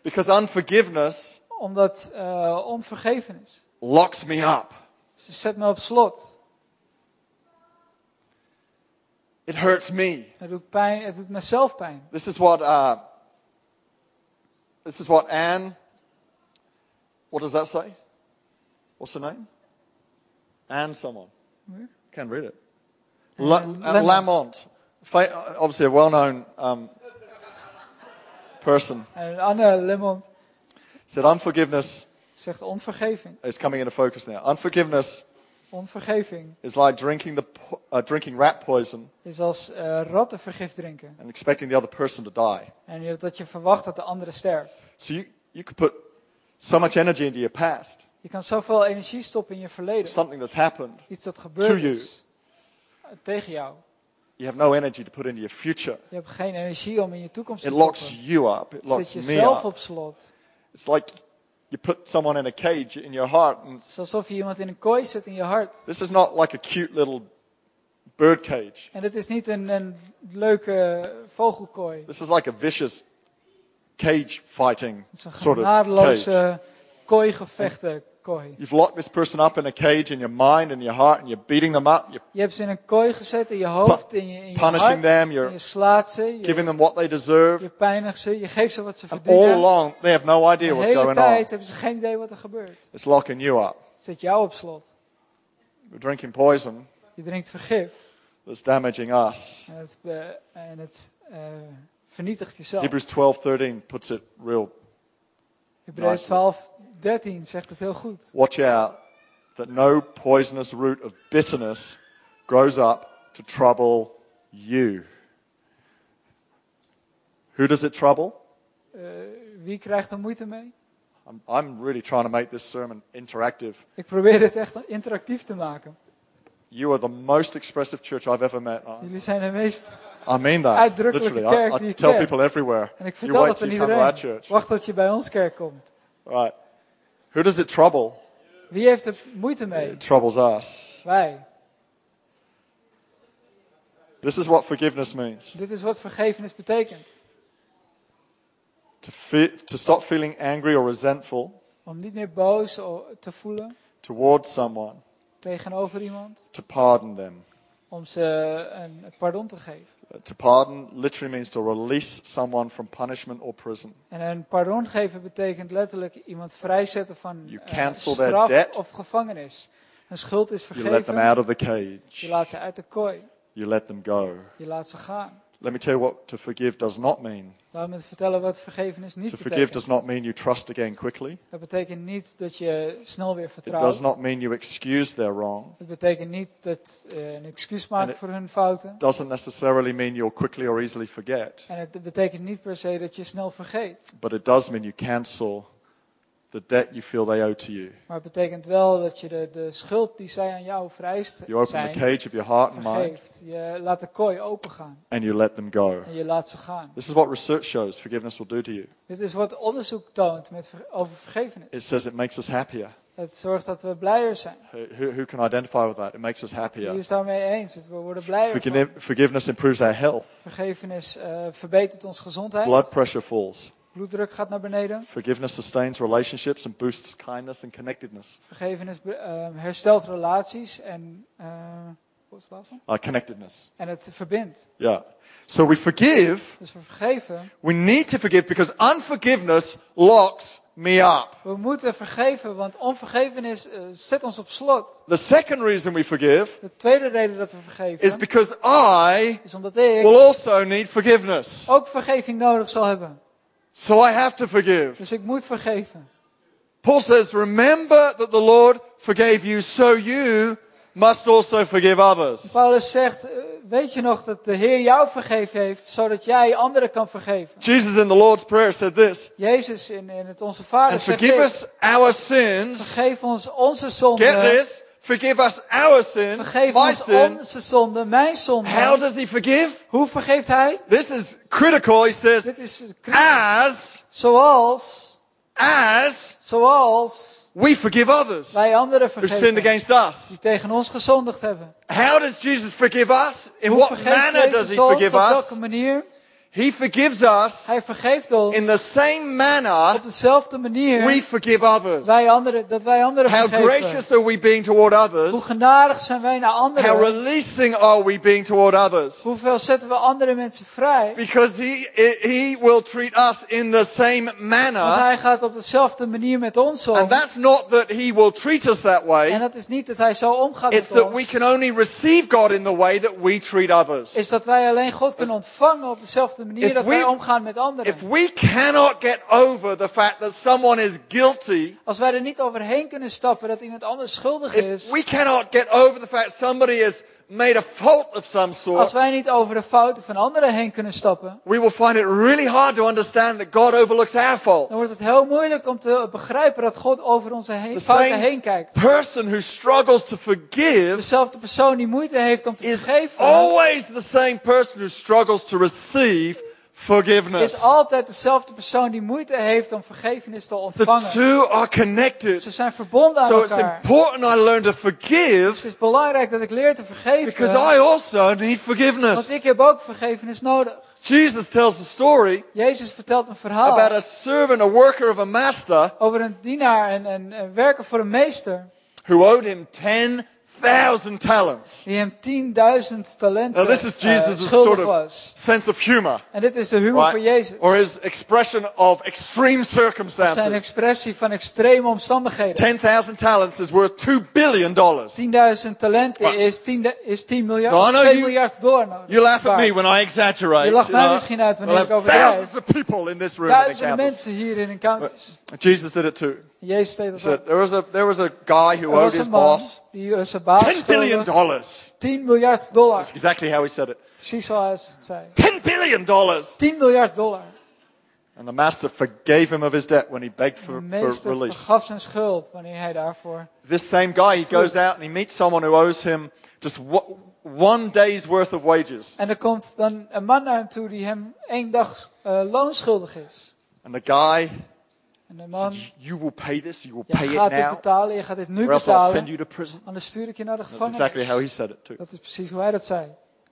A: because unforgiveness
B: omdat eh onvergevenis.
A: locks me up.
B: Ze zet me op slot.
A: It hurts me.
B: Het doet pijn, het doet mezelf pijn.
A: This is what uh, this is what Anne. What does that say? What's her name? Anne someone. Can't read it. La- uh,
B: Lamont.
A: Lamont, Fa- obviously a well-known um, person,
B: En Anne Lemond
A: said unforgiveness
B: zegt onvergeving.
A: is coming into focus now. Unforgiveness
B: Onvergeving
A: is like drinking, the, po- uh, drinking rat poison
B: is als eh, ratten vergif drinken.
A: and expecting the other person to die.
B: En je- dat je verwacht dat de andere sterft.
A: So you, you could put so much energy into your past,
B: Je kan zoveel energie stoppen in je verleden.
A: something that's happened.
B: Iets dat
A: To
B: gebeurd
A: you.
B: is. eh, Tegen jou.
A: You have no energy to put into your future.
B: Je hebt geen energie om in je toekomst te
A: It locks
B: stoppen.
A: you up. It
B: Zet
A: locks me
B: jezelf
A: up.
B: op slot.
A: It's like you put someone in a cage in your heart. And
B: Het is alsof je iemand in een kooi zit in je hart.
A: this is not like a cute little bird cage.
B: En het is niet een, een leuke eh, vogelkooi.
A: This is like a vicious cage fighting
B: Het is een
A: sort of cage.
B: genadeloze kooigevechten kooi.
A: You've locked this person up in a cage in your mind and your heart, and you're beating them up. You're
B: Je hebt ze in een kooi gezet in je hoofd, in je, in je
A: punishing
B: hart.
A: them,
B: En
A: you're
B: je slaat ze, je,
A: giving them what they deserve.
B: je pijnigt ze, je geeft ze wat ze
A: And all
B: verdienen.
A: along, they have no idea
B: De
A: what's
B: hele
A: going on.
B: tijd hebben ze geen idee wat er gebeurt.
A: It's locking you up.
B: Het zet jou op slot.
A: We're drinking poison
B: Je drinkt vergif
A: that's damaging us.
B: en het, eh, en het eh, vernietigt jezelf.
A: Hebrews 12:13 puts it real.
B: Hebreeën
A: Nicely.
B: 12, 13 zegt het heel goed.
A: Watch out that no poisonous root of bitterness grows up to trouble you. Who does it trouble?
B: Wie krijgt er moeite mee?
A: I'm, I'm really trying to make this sermon interactive.
B: Ik probeer dit echt interactief te maken.
A: You are the most expressive church I've ever met. I-
B: Jullie zijn de meest...
A: I mean that.
B: Uitdrukkelijke
A: Literally,
B: kerk
A: I,
B: die
A: I
B: ik
A: tell
B: ken.
A: people everywhere.
B: En
A: You
B: ik vertel
A: wait
B: dat
A: till
B: aan
A: you come to our
B: iedereen.
A: church.
B: Wacht tot je bij ons kerk komt.
A: Right. Who does it trouble?
B: Wie heeft er moeite mee?
A: It troubles us.
B: Wij.
A: This is what forgiveness means.
B: Dit is wat vergevenis betekent.
A: To, fe- to stop feeling angry or resentful
B: Om niet meer boos o- te voelen
A: towards someone,
B: tegenover iemand.
A: to pardon them.
B: Om ze een pardon te geven.
A: Uh, To pardon literally means to release someone from punishment or prison.
B: En een pardon geven betekent letterlijk iemand vrijzetten van
A: You
B: eh,
A: cancel their
B: straf
A: debt.
B: of gevangenis. Een schuld is
A: You let them
B: vergeven.
A: out of the cage.
B: Je laat ze uit de kooi.
A: You let them go.
B: Je laat ze gaan.
A: Let me tell you what to forgive does not mean.
B: Laat me vertellen wat vergevenis niet
A: To forgive
B: betekent.
A: does not mean you trust again quickly.
B: Dat betekent niet dat je snel weer
A: It does
B: vertrouwt.
A: not mean you excuse their wrong.
B: Het betekent niet dat eh een excuus maakt
A: het-
B: voor hun fouten.
A: Doesn't necessarily mean you'll quickly or easily forget.
B: En het betekent niet per se dat je snel vergeet.
A: But it does mean you cancel the debt you feel they owe to you.
B: Maar het betekent wel dat je de, de schuld die zij aan jou vereist
A: You open the
B: zijn,
A: cage of your heart and mind
B: vergeeft. Je laat de kooi opengaan
A: and you let them go.
B: en je laat ze gaan.
A: This is what research shows forgiveness will do to you.
B: Dit is wat onderzoek toont met, ver- over vergevenis.
A: It says it makes us happier.
B: Het zorgt dat we blijer zijn.
A: Who, who who can identify with that? It makes us
B: Wie
A: happier.
B: is daarmee eens? Het- We worden blijer van.
A: Forgive- Forgiveness improves our health.
B: Vergevenis eh, verbetert ons
A: Blood
B: gezondheid.
A: pressure falls.
B: Bloeddruk gaat naar beneden.
A: Forgiveness sustains relationships and boosts kindness and connectedness.
B: Vergevenis be- eh, herstelt relaties en, eh, wat is het laatste?
A: Uh, connectedness.
B: en het verbindt.
A: Yeah. So we forgive.
B: Dus we vergeven.
A: We need to forgive because unforgiveness locks me up.
B: We moeten vergeven, want onvergevenis eh, zet ons op slot.
A: The second reason we forgive
B: De tweede reden dat we
A: is
B: vergeven
A: because I
B: is omdat ik
A: will also need forgiveness.
B: ook vergeving nodig zal hebben.
A: So I have to forgive.
B: Dus ik moet vergeven.
A: Paul says, remember that the Lord forgave you, so you must also forgive others.
B: Paulus zegt, eh, weet je nog dat de Heer jou vergeven heeft, zodat jij anderen kan vergeven?
A: Jesus in the Lord's Prayer said this,
B: Jezus in, in het Onze Vader
A: and
B: zegt
A: forgive
B: dit,
A: us our sins.
B: vergeef ons onze
A: Get
B: zonden,
A: this. Forgive us our sins.
B: vergeef
A: My
B: ons
A: sin.
B: onze zonden, mijn
A: How
B: zonden.
A: does he forgive?
B: Hoe vergeeft Hij?
A: This is critical. He says,
B: Dit is
A: Ah.
B: kritisch.
A: as,
B: Zoals,
A: as
B: zoals
A: we forgive others
B: wij anderen
A: who sinned
B: vergeven.
A: against us.
B: die tegen ons gezondigd hebben.
A: How does Jesus forgive us? In what
B: Vergeeft
A: manner does
B: Jezus
A: he
B: ons op
A: forgive us?
B: welke manier?
A: He forgives us
B: Hij vergeeft ons
A: in the same manner
B: op dezelfde
A: we
B: manier
A: forgive others.
B: wij anderen, dat wij anderen
A: How
B: vergeven.
A: gracious are we being toward
B: Hoe
A: others?
B: genadig zijn wij naar
A: How
B: anderen?
A: releasing are we being toward others?
B: Hoeveel zetten we andere mensen vrij?
A: Because he, he will treat us in the same
B: Want
A: manner.
B: hij gaat op dezelfde manier met ons om.
A: And that's not that he will treat us that
B: En
A: way.
B: dat is niet dat hij zo omgaat
A: It's
B: met
A: that we
B: ons.
A: can only receive God in the way that we treat others.
B: Is dat wij alleen God kunnen ontvangen op dezelfde dezelfde manier
A: If
B: dat wij
A: we-
B: omgaan met anderen.
A: If we cannot get over the fact that someone is guilty,
B: Als wij er niet overheen kunnen stappen dat iemand anders schuldig
A: if
B: is.
A: we cannot get over the fact somebody has made a fault of some
B: Als
A: sort,
B: wij niet over de fouten van anderen heen kunnen stappen.
A: we will find it really hard to understand that God overlooks our
B: Dan
A: faults.
B: wordt het heel moeilijk om te begrijpen dat God over onze heen,
A: The
B: fouten heen
A: same
B: kijkt.
A: person who struggles to forgive
B: Dezelfde persoon die moeite heeft om te
A: is
B: vergeven.
A: always the same person who struggles to receive
B: is
A: forgiveness.
B: altijd dezelfde persoon die moeite heeft om vergevenis te
A: The
B: ontvangen.
A: two are connected.
B: Ze zijn verbonden aan
A: So it's
B: elkaar.
A: important I learn to
B: Dus
A: forgive
B: het is belangrijk dat ik leer te
A: because
B: vergeven.
A: I also need
B: Want
A: forgiveness.
B: ik heb ook vergevenis nodig.
A: Jesus tells the story
B: Jezus vertelt een
A: about
B: verhaal
A: a servant, a worker of a master
B: over een dienaar en een, een werker voor een meester.
A: who owed him 10,000 talents.
B: Die hem 10.000
A: Now,
B: talenten
A: this is
B: eh,
A: Jesus' sort
B: schuldig
A: of
B: was.
A: sense of humor,
B: En dit is de humor
A: right?
B: van Jezus.
A: or his expression of extreme
B: Zijn
A: circumstances.
B: expressie van extreme omstandigheden.
A: 10,000 talents is worth $2 billion.
B: 10.000 talenten
A: Right.
B: is 10, is 10
A: So I
B: miljard.
A: know
B: 2
A: you-
B: miljard door. nou.
A: You laugh at me when I exaggerate.
B: Je lacht mij
A: know.
B: misschien uit wanneer
A: We'll
B: ik
A: have
B: overdrijf.
A: thousands of people in this room at
B: Duizenden
A: encounters.
B: mensen hier in encounters.
A: Jesus did it too.
B: Jezus deed
A: He
B: dat ook.
A: said, there was a, there was a guy who
B: Er
A: owed
B: was
A: his
B: een man
A: boss
B: die eh, zijn baas
A: 10 billion
B: schuldig-
A: dollars.
B: 10 miljard dollar.
A: That's exactly how he said it.
B: Precies zoals hij het zei.
A: 10 billion dollars.
B: 10 miljard dollar.
A: And the master forgave him of his debt when he begged
B: De
A: for, for
B: meester
A: release.
B: vergaf zijn schuld wanneer hij daarvoor...
A: This same guy, he goes out and he meets someone who owes him just wo- one day's worth of wages.
B: En er komt dan een man naar hem toe die hem één dag eh, loon schuldig is.
A: And the guy
B: En de man,
A: said, you will pay this, you will
B: je
A: pay it
B: gaat dit
A: now,
B: betalen, je gaat dit nu
A: or else I'll send
B: betalen.
A: you to prison.
B: Anders stuur ik je naar de
A: That's exactly how he
B: gevangenis.
A: said it too.
B: Dat is precies hoe hij dat zei.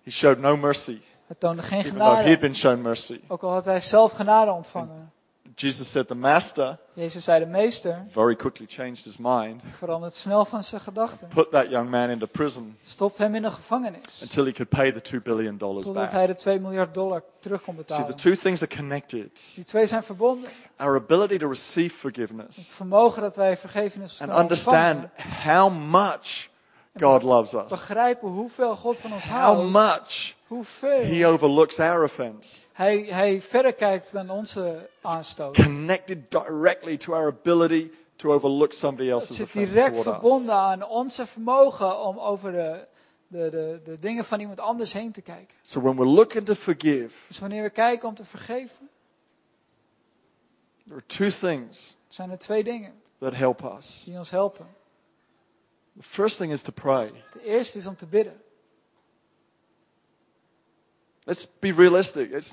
A: He showed no mercy,
B: Hij toonde geen
A: even though he had
B: genade.
A: been shown mercy.
B: Ook al had hij zelf genade ontvangen.
A: Jesus said the master
B: Jezus zei de meester,
A: very quickly changed his mind,
B: verandert snel van zijn gedachten.
A: put that young man into prison
B: Stopt hem in de gevangenis.
A: until he could pay the $2 billion
B: Totdat
A: back.
B: hij de 2 miljard dollar terug kon
A: See, the
B: betalen.
A: two things are connected.
B: Die twee zijn verbonden.
A: Our ability to receive
B: Het
A: forgiveness
B: vermogen dat wij vergevenis
A: and
B: kunnen ontvangen.
A: understand how much God loves us,
B: Begrijpen hoeveel God van ons
A: how
B: houdt.
A: much He
B: Hoeveel
A: overlooks our offense.
B: hij, hij verder kijkt dan onze aanstoot.
A: Connected directly to our ability to overlook somebody
B: Het
A: else's
B: zit
A: offense
B: direct
A: toward us.
B: verbonden aan onze vermogen om over de, de, de, de dingen van iemand anders heen te kijken.
A: So when we're looking to forgive,
B: Dus wanneer we kijken om te vergeven,
A: there are two things
B: zijn er twee dingen
A: that help us.
B: die ons helpen.
A: The first thing is to pray.
B: De eerste is om te bidden.
A: Let's be realistic. It's,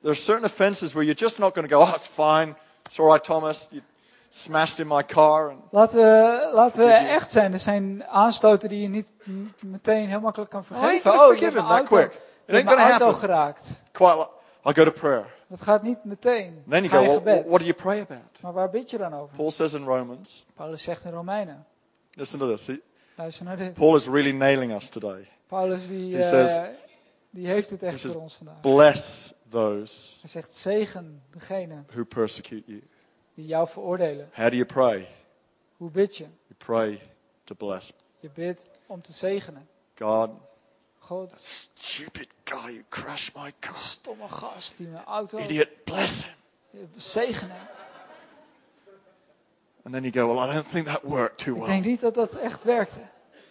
A: there are certain offenses where you're just not going to go, oh, it's fine. It's all right, Thomas. You smashed in my car. And
B: Laten we, laten we
A: Forgive you.
B: echt zijn. Er zijn aanstoten die je niet, niet meteen heel makkelijk kan
A: you
B: vergeven.
A: can
B: Oh, je
A: forgive
B: hebt
A: him
B: mijn
A: that
B: auto,
A: quick. It
B: je hebt
A: ain't
B: mijn
A: gonna
B: auto
A: happen.
B: geraakt.
A: quite like, I'll go to prayer.
B: Dat gaat niet meteen.
A: And then you
B: Ga
A: go,
B: je
A: well,
B: gebed.
A: what do you pray about?
B: Maar waar bid je dan over?
A: Paul says in Romans,
B: Paulus zegt in Romeinen.
A: listen to this. He-
B: Luister naar dit.
A: Paul is really nailing us today.
B: Paulus die,
A: He
B: eh,
A: says-
B: die heeft het
A: he
B: echt
A: says-
B: voor ons vandaag.
A: Bless those
B: Hij zegt zegen degene
A: who persecute you.
B: die jou veroordelen.
A: How do you pray?
B: Hoe bid je?
A: You pray to bless
B: Je bidt om te zegenen.
A: God.
B: God,
A: Stupid guy who crashed my car.
B: stomme gast die mijn auto
A: Idiot, bless him.
B: zegenen.
A: And then you go, well, I don't think that worked too
B: Ik
A: well.
B: denk niet dat dat echt werkte.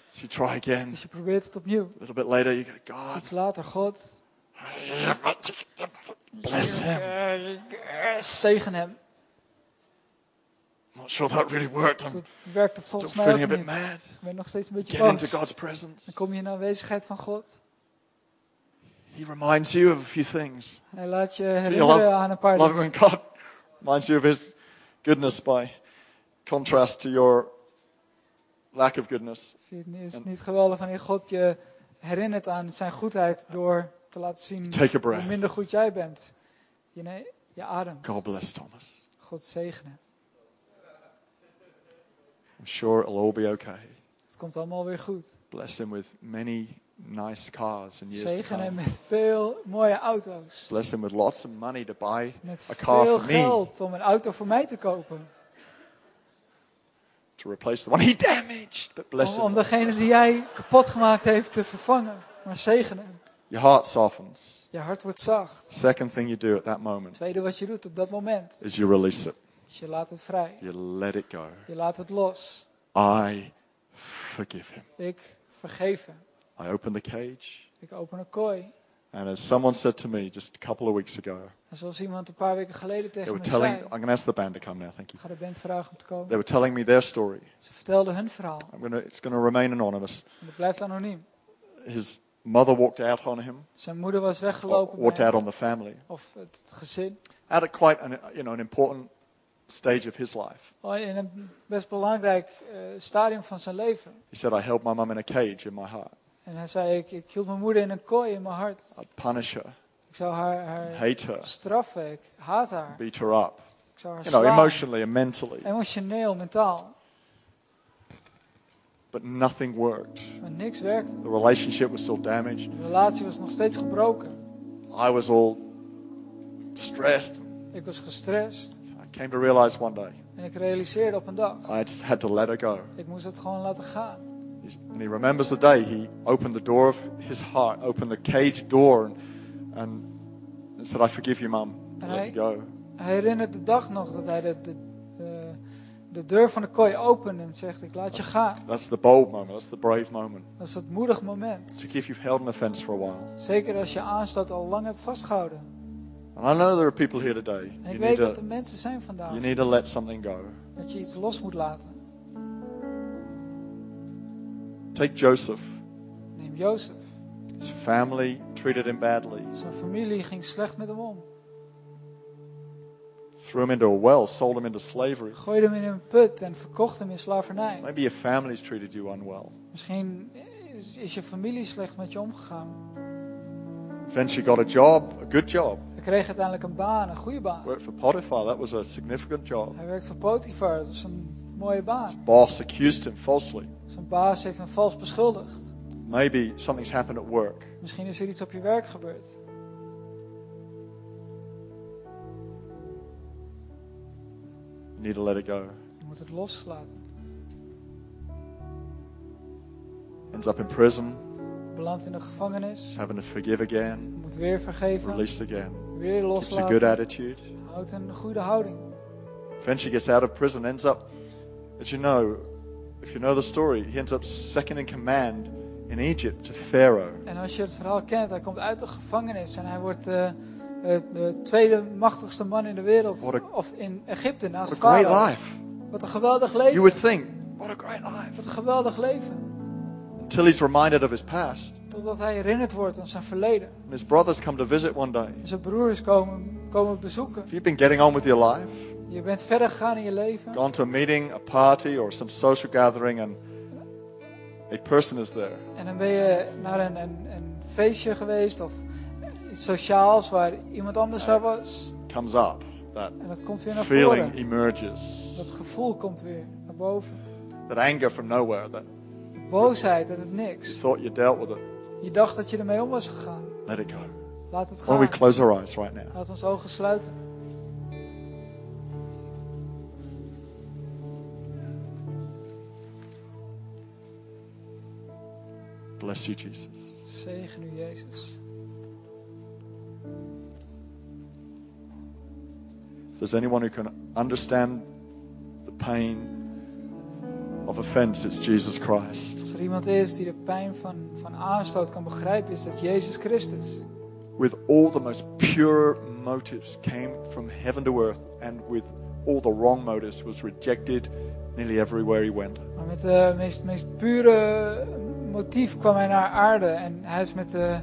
A: So you try again.
B: Dus je probeert het opnieuw.
A: A little bit later, you go, God,
B: Iets later, God,
A: bless him.
B: eh, zegen hem.
A: I'm not sure that really worked. I'm
B: Dat werkte
A: still
B: volgens mij
A: feeling a
B: ook
A: bit
B: niet.
A: mad.
B: Ik ben nog steeds een beetje
A: Get into
B: boos.
A: God's presence.
B: Dan kom je in de aanwezigheid van God.
A: He reminds you of a few things.
B: Hij laat je
A: Do
B: herinneren
A: you love,
B: aan een paar
A: love it
B: dingen.
A: when God reminds you of His goodness by contrast to your lack of goodness?
B: Vind je het niet- Is het niet geweldig wanneer God je herinnert aan zijn goedheid door te laten zien
A: Take a
B: hoe
A: breath.
B: minder goed jij bent? Je, ne- je ademt.
A: God bless Thomas.
B: God zegenen.
A: I'm sure it'll all be okay.
B: Het komt allemaal weer goed.
A: Bless him with many nice cars and years to
B: Zegenen
A: come.
B: met veel mooie auto's.
A: Bless him with lots of money to buy
B: Met
A: a car
B: veel
A: for me
B: geld om een auto voor mij te kopen.
A: to replace the one he damaged. But bless
B: Oh, Om, om
A: him.
B: degene die jij kapot gemaakt heeft te vervangen. Maar zegenen.
A: Your heart softens.
B: Je hart wordt zacht.
A: Second thing you do at that moment
B: Tweede wat je doet op dat moment,
A: is you release it.
B: is je laat het vrij.
A: You let it go.
B: Je laat het los.
A: I forgive him.
B: Ik vergeef hem.
A: I open the cage,
B: Ik open een kooi.
A: and as someone said to me just a couple of weeks ago,
B: En zoals iemand een paar weken geleden
A: they
B: tegen
A: were
B: me
A: telling.
B: zei,
A: I'm going to ask the band to come now. Thank you.
B: ik ga de band vragen om te
A: They
B: komen.
A: were telling me their story.
B: Ze vertelde hun verhaal.
A: I'm going to. It's going to remain anonymous.
B: En het blijft anoniem.
A: His mother walked out on him.
B: Zijn moeder was
A: Or
B: weggelopen.
A: walked
B: bij
A: out
B: hem.
A: on the family
B: Of het gezin.
A: at a quite an, you know an important stage of his life.
B: Oh, In een best belangrijk eh, stadium van zijn leven.
A: He said, "I held my mum in a cage in my heart.
B: En hij zei, ik, ik hield mijn moeder in een kooi in mijn hart.
A: I'd punish her,
B: Ik zou haar, haar
A: hate her,
B: straffen. Ik haat haar.
A: beat her up,
B: Ik zou
A: you know,
B: haar slaan.
A: emotionally and mentally."
B: Emotioneel, mentaal.
A: But nothing worked.
B: Maar niks werkte.
A: The relationship was still damaged.
B: De relatie was nog steeds gebroken.
A: I was all stressed.
B: Ik was gestrest.
A: I came to realize one day
B: En ik realiseerde op een dag.
A: I just had to let her go.
B: Ik moest het gewoon laten gaan.
A: He's- And he remembers the day he opened the door of his heart, opened the cage door, and, and, and said, I forgive you, Mum. I let you go.
B: Hij herinnert de dag nog dat hij de, de, de, de deur van de kooi opent en zegt, ik laat je gaan.
A: That's the bold moment. That's the brave moment.
B: Dat is dat moedig moment.
A: Particularly if you've held an offense for a while.
B: Zeker als je aanstoot al lang hebt vastgehouden.
A: And I know there are people here today.
B: En ik
A: You
B: weet
A: need,
B: dat er
A: to,
B: mensen zijn vandaag.
A: you need to let something go.
B: Dat je iets los moet laten.
A: Take Joseph.
B: Neem Jozef.
A: His family treated him badly,
B: Zijn familie ging slecht met hem om.
A: threw him into a well, sold him into slavery.
B: Gooide hem in een put en verkocht hem in slavernij.
A: Maybe your family's treated you unwell.
B: Misschien is, is je familie slecht met je omgegaan.
A: Eventually got a job, a good job.
B: Hij kreeg uiteindelijk een baan, een goede baan.
A: Worked for Potiphar. That was a significant job.
B: Hij werkt voor Potifar, dat is een mooie
A: His
B: baan.
A: boss accused him falsely.
B: Zijn baas heeft hem vals beschuldigd.
A: Maybe something's happened at work.
B: Misschien is er iets op je werk gebeurd.
A: You need to let it go.
B: Je moet het loslaten.
A: Ends up in prison,
B: Belandt in de gevangenis.
A: having to forgive again,
B: Je moet weer vergeven.
A: release again.
B: Weer
A: Keeps a good
B: loslaten.
A: attitude.
B: Houd een goede houding.
A: Eventually gets out of prison, ends up, as you know, if you know the story, he ends up second in command in Egypt to Pharaoh.
B: En als je het verhaal kent, hij komt uit de gevangenis en hij wordt eh, eh, de tweede machtigste man in de wereld.
A: What a-
B: of in Egypte naast
A: What a great
B: Farao.
A: life.
B: Wat een geweldig
A: You
B: leven.
A: would think, what a great life.
B: Wat een geweldig leven.
A: Until he's reminded of his past.
B: Totdat hij herinnerd wordt aan zijn verleden.
A: And his brothers come to visit one day.
B: En zijn broers komen, komen bezoeken.
A: If you've been getting on with your life,
B: Je bent verder gegaan in je leven.
A: gone to a meeting, a party, or some social gathering, and a person is there,
B: En dan ben je naar een, een, een feestje geweest of iets sociaals waar iemand anders daar was.
A: comes up, that
B: En dat komt weer naar
A: feeling
B: voren.
A: emerges.
B: Dat gevoel komt weer naar boven.
A: That anger from nowhere, that
B: Boosheid uit het
A: you
B: niks.
A: thought you dealt with it,
B: Je dacht dat je ermee om was gegaan.
A: let it go.
B: Laat het
A: Why don't we
B: gaan.
A: close our eyes right now?
B: Laat ons ogen sluiten.
A: Bless you, Jesus.
B: Zegen u, Jezus.
A: If there's anyone who can understand the pain of offense, it's Jesus Christ.
B: Als er iemand is die de pijn van, van aanstoot kan begrijpen, is dat Jezus Christus.
A: With all the most pure motives, came from heaven to earth, and with all the wrong motives, was rejected nearly everywhere he went.
B: Maar met de meest, meest pure motief kwam hij naar aarde en hij is met de,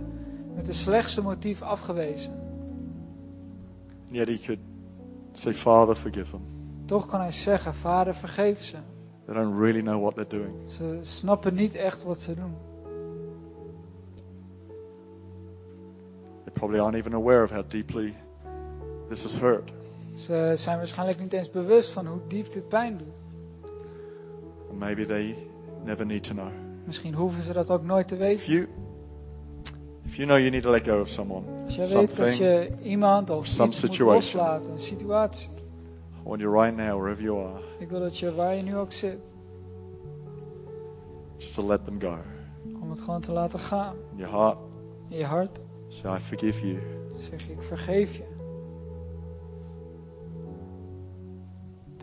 B: met de slechtste motief afgewezen.
A: And yet he could say, Father, forgive them.
B: Toch kan hij zeggen, vader vergeef ze.
A: They don't really know what they're doing.
B: Ze snappen niet echt wat ze doen.
A: They probably aren't even aware of how deeply this has hurt.
B: Ze zijn waarschijnlijk niet eens bewust van hoe diep dit pijn doet.
A: And maybe they never need to know.
B: Misschien hoeven ze dat ook nooit te weten.
A: If you, if you know you need to let go of someone,
B: Als je weet dat
A: something, I
B: je iemand of
A: Some
B: iets moet
A: situation.
B: loslaten, een situatie.
A: want you right now, wherever you are,
B: Ik wil dat je waar je nu ook zit,
A: just to let them go.
B: om het gewoon te laten gaan.
A: And your heart
B: in je hart,
A: Say, I forgive you.
B: zeg je ik vergeef je,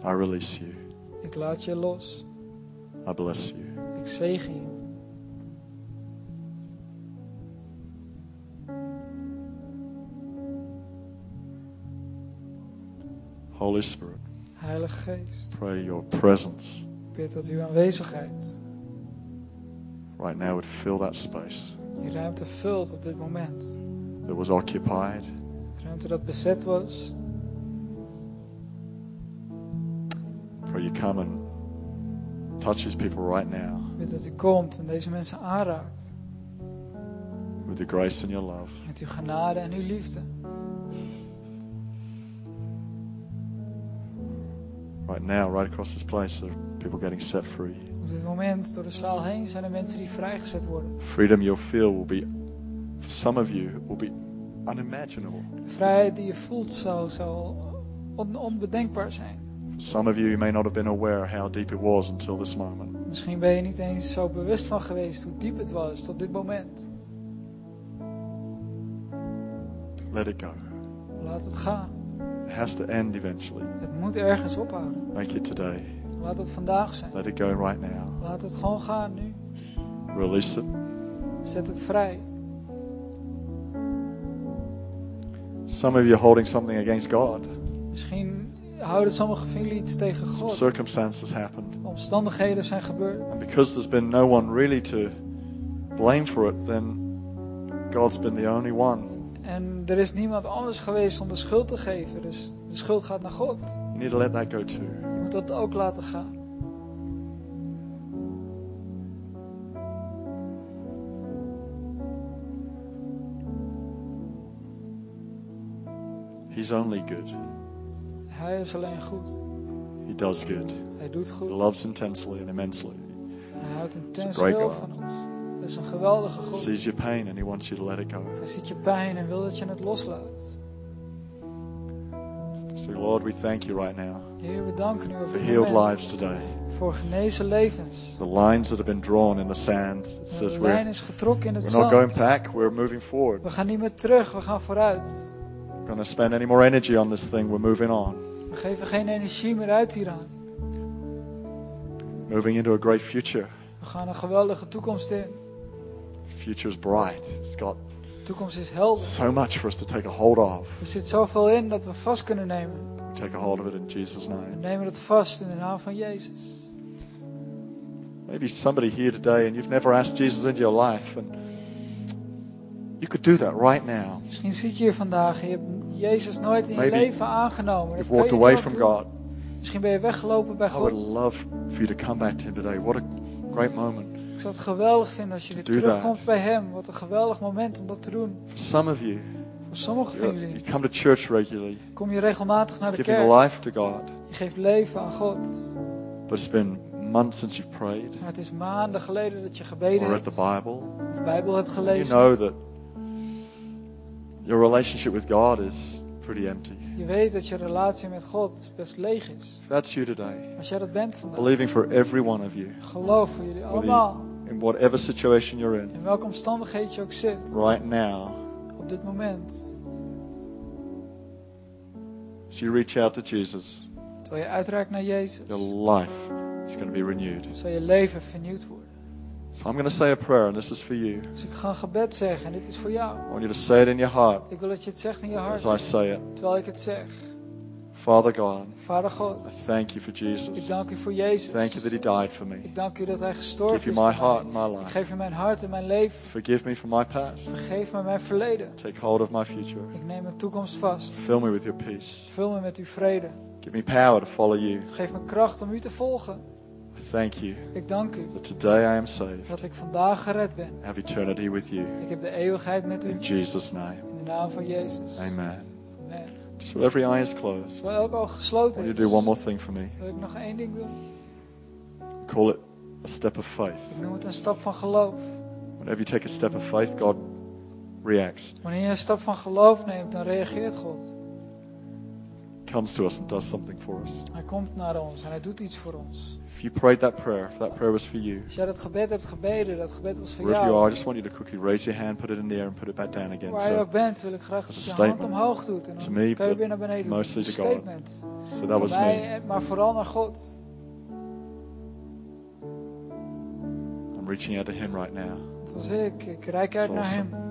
A: I release you.
B: ik laat je los,
A: I bless you.
B: ik zegen je.
A: Holy Spirit,
B: Heilige Geest,
A: pray your presence
B: ik bid dat uw aanwezigheid
A: right now would fill that space
B: die ruimte vult op dit moment.
A: that was occupied
B: Het ruimte dat bezet was,
A: Pray you come and touch these people right now
B: Ik bid dat u komt en deze mensen aanraakt.
A: with your grace and your love.
B: Met uw genade en uw liefde.
A: Right now, right across this place, there are people getting set free.
B: Op dit moment, door de zaal heen, zijn er mensen die vrijgezet worden.
A: Freedom you'll feel will be, for some of you, will be unimaginable.
B: De vrijheid die je voelt zal, zal on- onbedenkbaar zijn.
A: For some of you, you may not have been aware how deep it was until this moment.
B: Misschien ben je niet eens zo bewust van geweest hoe diep het was tot dit moment.
A: Let it go.
B: Laat het gaan.
A: It has to end eventually.
B: Het moet ergens ophouden.
A: Make it today.
B: Laat het vandaag zijn.
A: Let it go right now.
B: Laat het gewoon gaan nu.
A: Release it.
B: Zet het vrij.
A: Some of you are holding something against God.
B: Misschien houden sommige van jullie iets tegen
A: Some
B: God.
A: circumstances happened.
B: Omstandigheden zijn gebeurd.
A: And because there's been no one really to blame for it, then God's been the only one.
B: En er is niemand anders geweest om de schuld te geven. Dus de schuld gaat naar God.
A: You need to let that go too.
B: Je moet dat ook laten gaan.
A: He's only good.
B: Hij is alleen goed.
A: He does good.
B: Hij doet
A: He
B: goed.
A: loves intensely and immensely.
B: Hij houdt intens
A: It's a great
B: veel
A: God.
B: van ons. Dat is een geweldige
A: He
B: God.
A: sees your pain and he wants you to let it go.
B: Hij ziet je pijn en wil dat je het loslaat.
A: So, Lord, we thank you right now
B: Heer, we danken u op
A: for
B: dit
A: healed lives
B: moment
A: today.
B: voor genezen levens.
A: The lines that have been drawn in the sand it says
B: De lijn
A: we're,
B: is getrokken in het
A: we're not going
B: zand.
A: back, we're moving forward.
B: We gaan niet meer terug, we gaan vooruit.
A: We're not going to spend any more energy on this thing, we're moving on.
B: We geven geen energie meer uit hieraan.
A: Moving into a great future.
B: We gaan een geweldige toekomst in.
A: The future is bright. It's got
B: De toekomst is helder.
A: so much for us to take a hold of.
B: Er zit zoveel in dat we vast kunnen nemen.
A: We take a hold of it in Jesus'
B: We
A: name.
B: nemen het vast in de naam van Jezus.
A: Maybe somebody here today and you've never asked Jesus into your life, and you could do that right now.
B: Misschien zit je hier vandaag en je hebt Jezus nooit in je
A: Maybe
B: leven aangenomen. Dat
A: You've
B: kan
A: walked
B: je
A: away
B: wel
A: from
B: doen.
A: God.
B: Misschien ben je weggelopen bij
A: I would
B: God.
A: love for you to come back to Him today. What a great moment.
B: Ik zou het geweldig vinden als je weer
A: do that.
B: terugkomt bij Hem. Wat een geweldig moment om dat te doen.
A: For some of you,
B: Voor sommigen van
A: you're- you
B: jullie
A: come to church regularly,
B: kom je regelmatig naar de
A: giving your
B: kerk.
A: life to God,
B: Je geeft leven aan God.
A: but it's been months since you've prayed
B: Maar het is maanden geleden dat je gebeden
A: or read
B: hebt,
A: the
B: of
A: Bible.
B: de Bijbel hebt
A: You
B: gelezen.
A: know that your relationship with God is pretty empty.
B: Je weet dat je relatie met God best leeg is.
A: If that's you today,
B: Als jij dat bent vandaag,
A: believing for every one of you.
B: geloof voor jullie
A: Whether you-
B: allemaal.
A: in whatever situation you're in,
B: In welke omstandigheid je ook zit,
A: right now,
B: op dit moment,
A: as you reach out to Jesus,
B: terwijl je uitreikt naar
A: your
B: Jezus,
A: life is going to be renewed.
B: zal je leven vernieuwd worden.
A: So I'm going to say a prayer, and this is for you.
B: Dus ik ga een gebed zeggen en dit is voor jou.
A: I want you to say it in your heart
B: Ik wil dat je het zegt in je
A: as I
B: hart,
A: say it.
B: terwijl ik het zeg.
A: Father God,
B: Vader
A: I
B: God,
A: thank you for
B: ik
A: Jesus.
B: dank u voor Jezus.
A: Thank you that He died for me.
B: Ik dank u dat Hij
A: Give you
B: gestorven is.
A: my
B: voor mij.
A: heart and my
B: Ik
A: life.
B: geef u mijn hart en mijn leven.
A: Forgive me for my past.
B: Vergeef me mijn verleden.
A: Take hold of my future.
B: Ik neem mijn toekomst vast.
A: Fill me with your peace.
B: Vul me met uw vrede.
A: Give me power to follow you.
B: Geef me kracht om u te volgen.
A: I thank you
B: Ik dank u
A: that today I am saved.
B: dat ik vandaag gered ben.
A: Have eternity with you.
B: Ik heb de eeuwigheid met u.
A: In Jesus' name.
B: In de naam van Jezus.
A: Amen.
B: Amen.
A: Just with every eye is closed.
B: Terwijl elk oog
A: I want
B: gesloten
A: you
B: is,
A: to do one more thing for me.
B: wil ik nog één ding doen.
A: Call it a step of faith.
B: Ik noem het een stap van geloof.
A: Whenever you take a step of faith, God reacts.
B: Wanneer je een stap van geloof neemt, dan reageert God.
A: comes to us and does something for us.
B: Hij komt naar ons en hij doet iets voor ons.
A: If you prayed that prayer, if that prayer was for you,
B: Als jij dat gebed hebt gebeden, dat gebed was voor
A: wherever you are, I
B: jou.
A: just want you to quickly raise your hand, put it in the air, and put it back down again.
B: Waar je ook
A: So,
B: bent, wil ik graag dat
A: That's a
B: je je hand
A: statement
B: omhoog doet. En
A: to
B: dan
A: me,
B: kan je
A: but
B: weer naar beneden doen.
A: mostly
B: Een
A: to God.
B: statement.
A: so that was
B: Voor
A: me.
B: mij, eh, maar vooral naar God.
A: I'm reaching out to Him right now.
B: Dat was ik. Ik reik uit
A: That's
B: naar
A: awesome.
B: hem.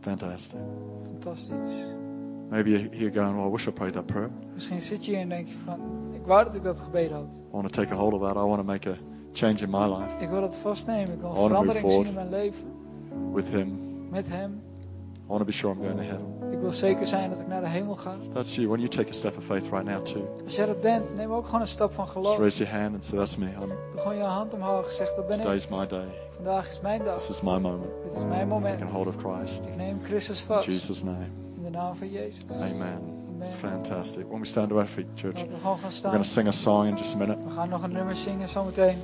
A: Fantastic.
B: Fantastisch.
A: Maybe you're going, well, I wish I prayed that prayer.
B: Misschien zit je hier en denk je van... Ik wou dat ik dat gebeden had.
A: I want to take a hold of that. I want to make a change in my life
B: Ik wil dat vastnemen. Ik wil
A: I wanna
B: een verandering
A: move
B: zien in mijn leven.
A: with Him.
B: Met hem.
A: I want to be sure I'm going to heaven.
B: Ik wil zeker zijn dat ik naar de hemel ga.
A: If that's you, why don't you take a step of faith right now, too?
B: Als jij dat bent, neem ook gewoon een stap van
A: Just
B: geloof.
A: raise your hand and say, that's me. I'm,
B: Doe gewoon je hand omhoog. Zeg, dat ben ik.
A: today's my day.
B: Vandaag is mijn dag.
A: This is my moment.
B: Dit is mijn
A: I can hold
B: moment.
A: of Christ.
B: Ik neem Christus
A: In
B: vast.
A: Jesus' name.
B: In de naam van Jezus.
A: Amen. It's
B: Amen.
A: fantastic. When we stand to our feet, church,
B: Laten we gewoon gaan
A: we're
B: staan.
A: going to sing a song in just a minute.
B: We gaan nog een nummer zingen zometeen.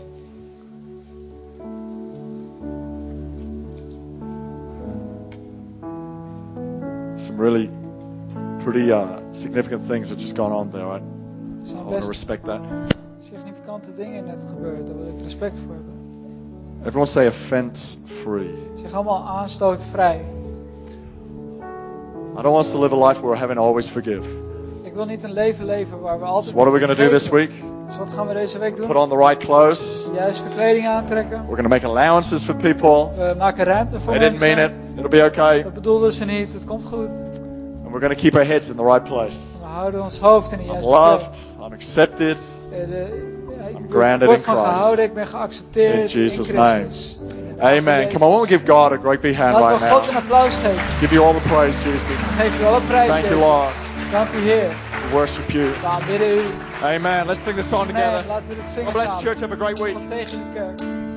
A: Some really pretty uh, significant things have just gone on there. I,
B: Er
A: I
B: zijn
A: want to
B: best
A: respect that.
B: significante dingen net gebeurd. Daar wil ik respect voor hebben.
A: Everyone say offense free.
B: Zeg allemaal aanstootvrij.
A: I don't want us to live a life where we're having to always forgive.
B: Ik wil niet een leven leven waar we altijd.
A: So what are we going to do this
B: vergeten.
A: week?
B: Dus wat gaan we deze week
A: Put
B: doen?
A: on the right clothes.
B: Juist de kleding aantrekken.
A: We're going to make allowances for people.
B: We maken ruimte voor
A: They didn't
B: mensen.
A: mean it. It'll be okay.
B: Dat bedoelden ze niet. Het komt goed.
A: And we're going to keep our heads in the right place.
B: We houden ons hoofd in de
A: I'm
B: juiste
A: loved. I'm accepted.
B: plek. Eh, de- ja, Ik
A: grounded
B: word
A: in
B: van
A: Christ.
B: gehouden. Ik ben geaccepteerd
A: In Jesus'
B: in Christus. In de naam van
A: Amen.
B: Jezus.
A: Come on, we want to give God a great big hand
B: Laten
A: right
B: we God een
A: now.
B: applaus geven.
A: Give you all the praise, Jesus.
B: Geef u alle prijs,
A: Thank you,
B: Jezus.
A: Lord.
B: Dank u, Heer.
A: We worship you.
B: We aanbidden u.
A: Amen. Let's sing this song
B: Amen.
A: together.
B: Laten we dit zingen
A: God bless the
B: samen.
A: church. Have a great week.
B: God zegen de kerk.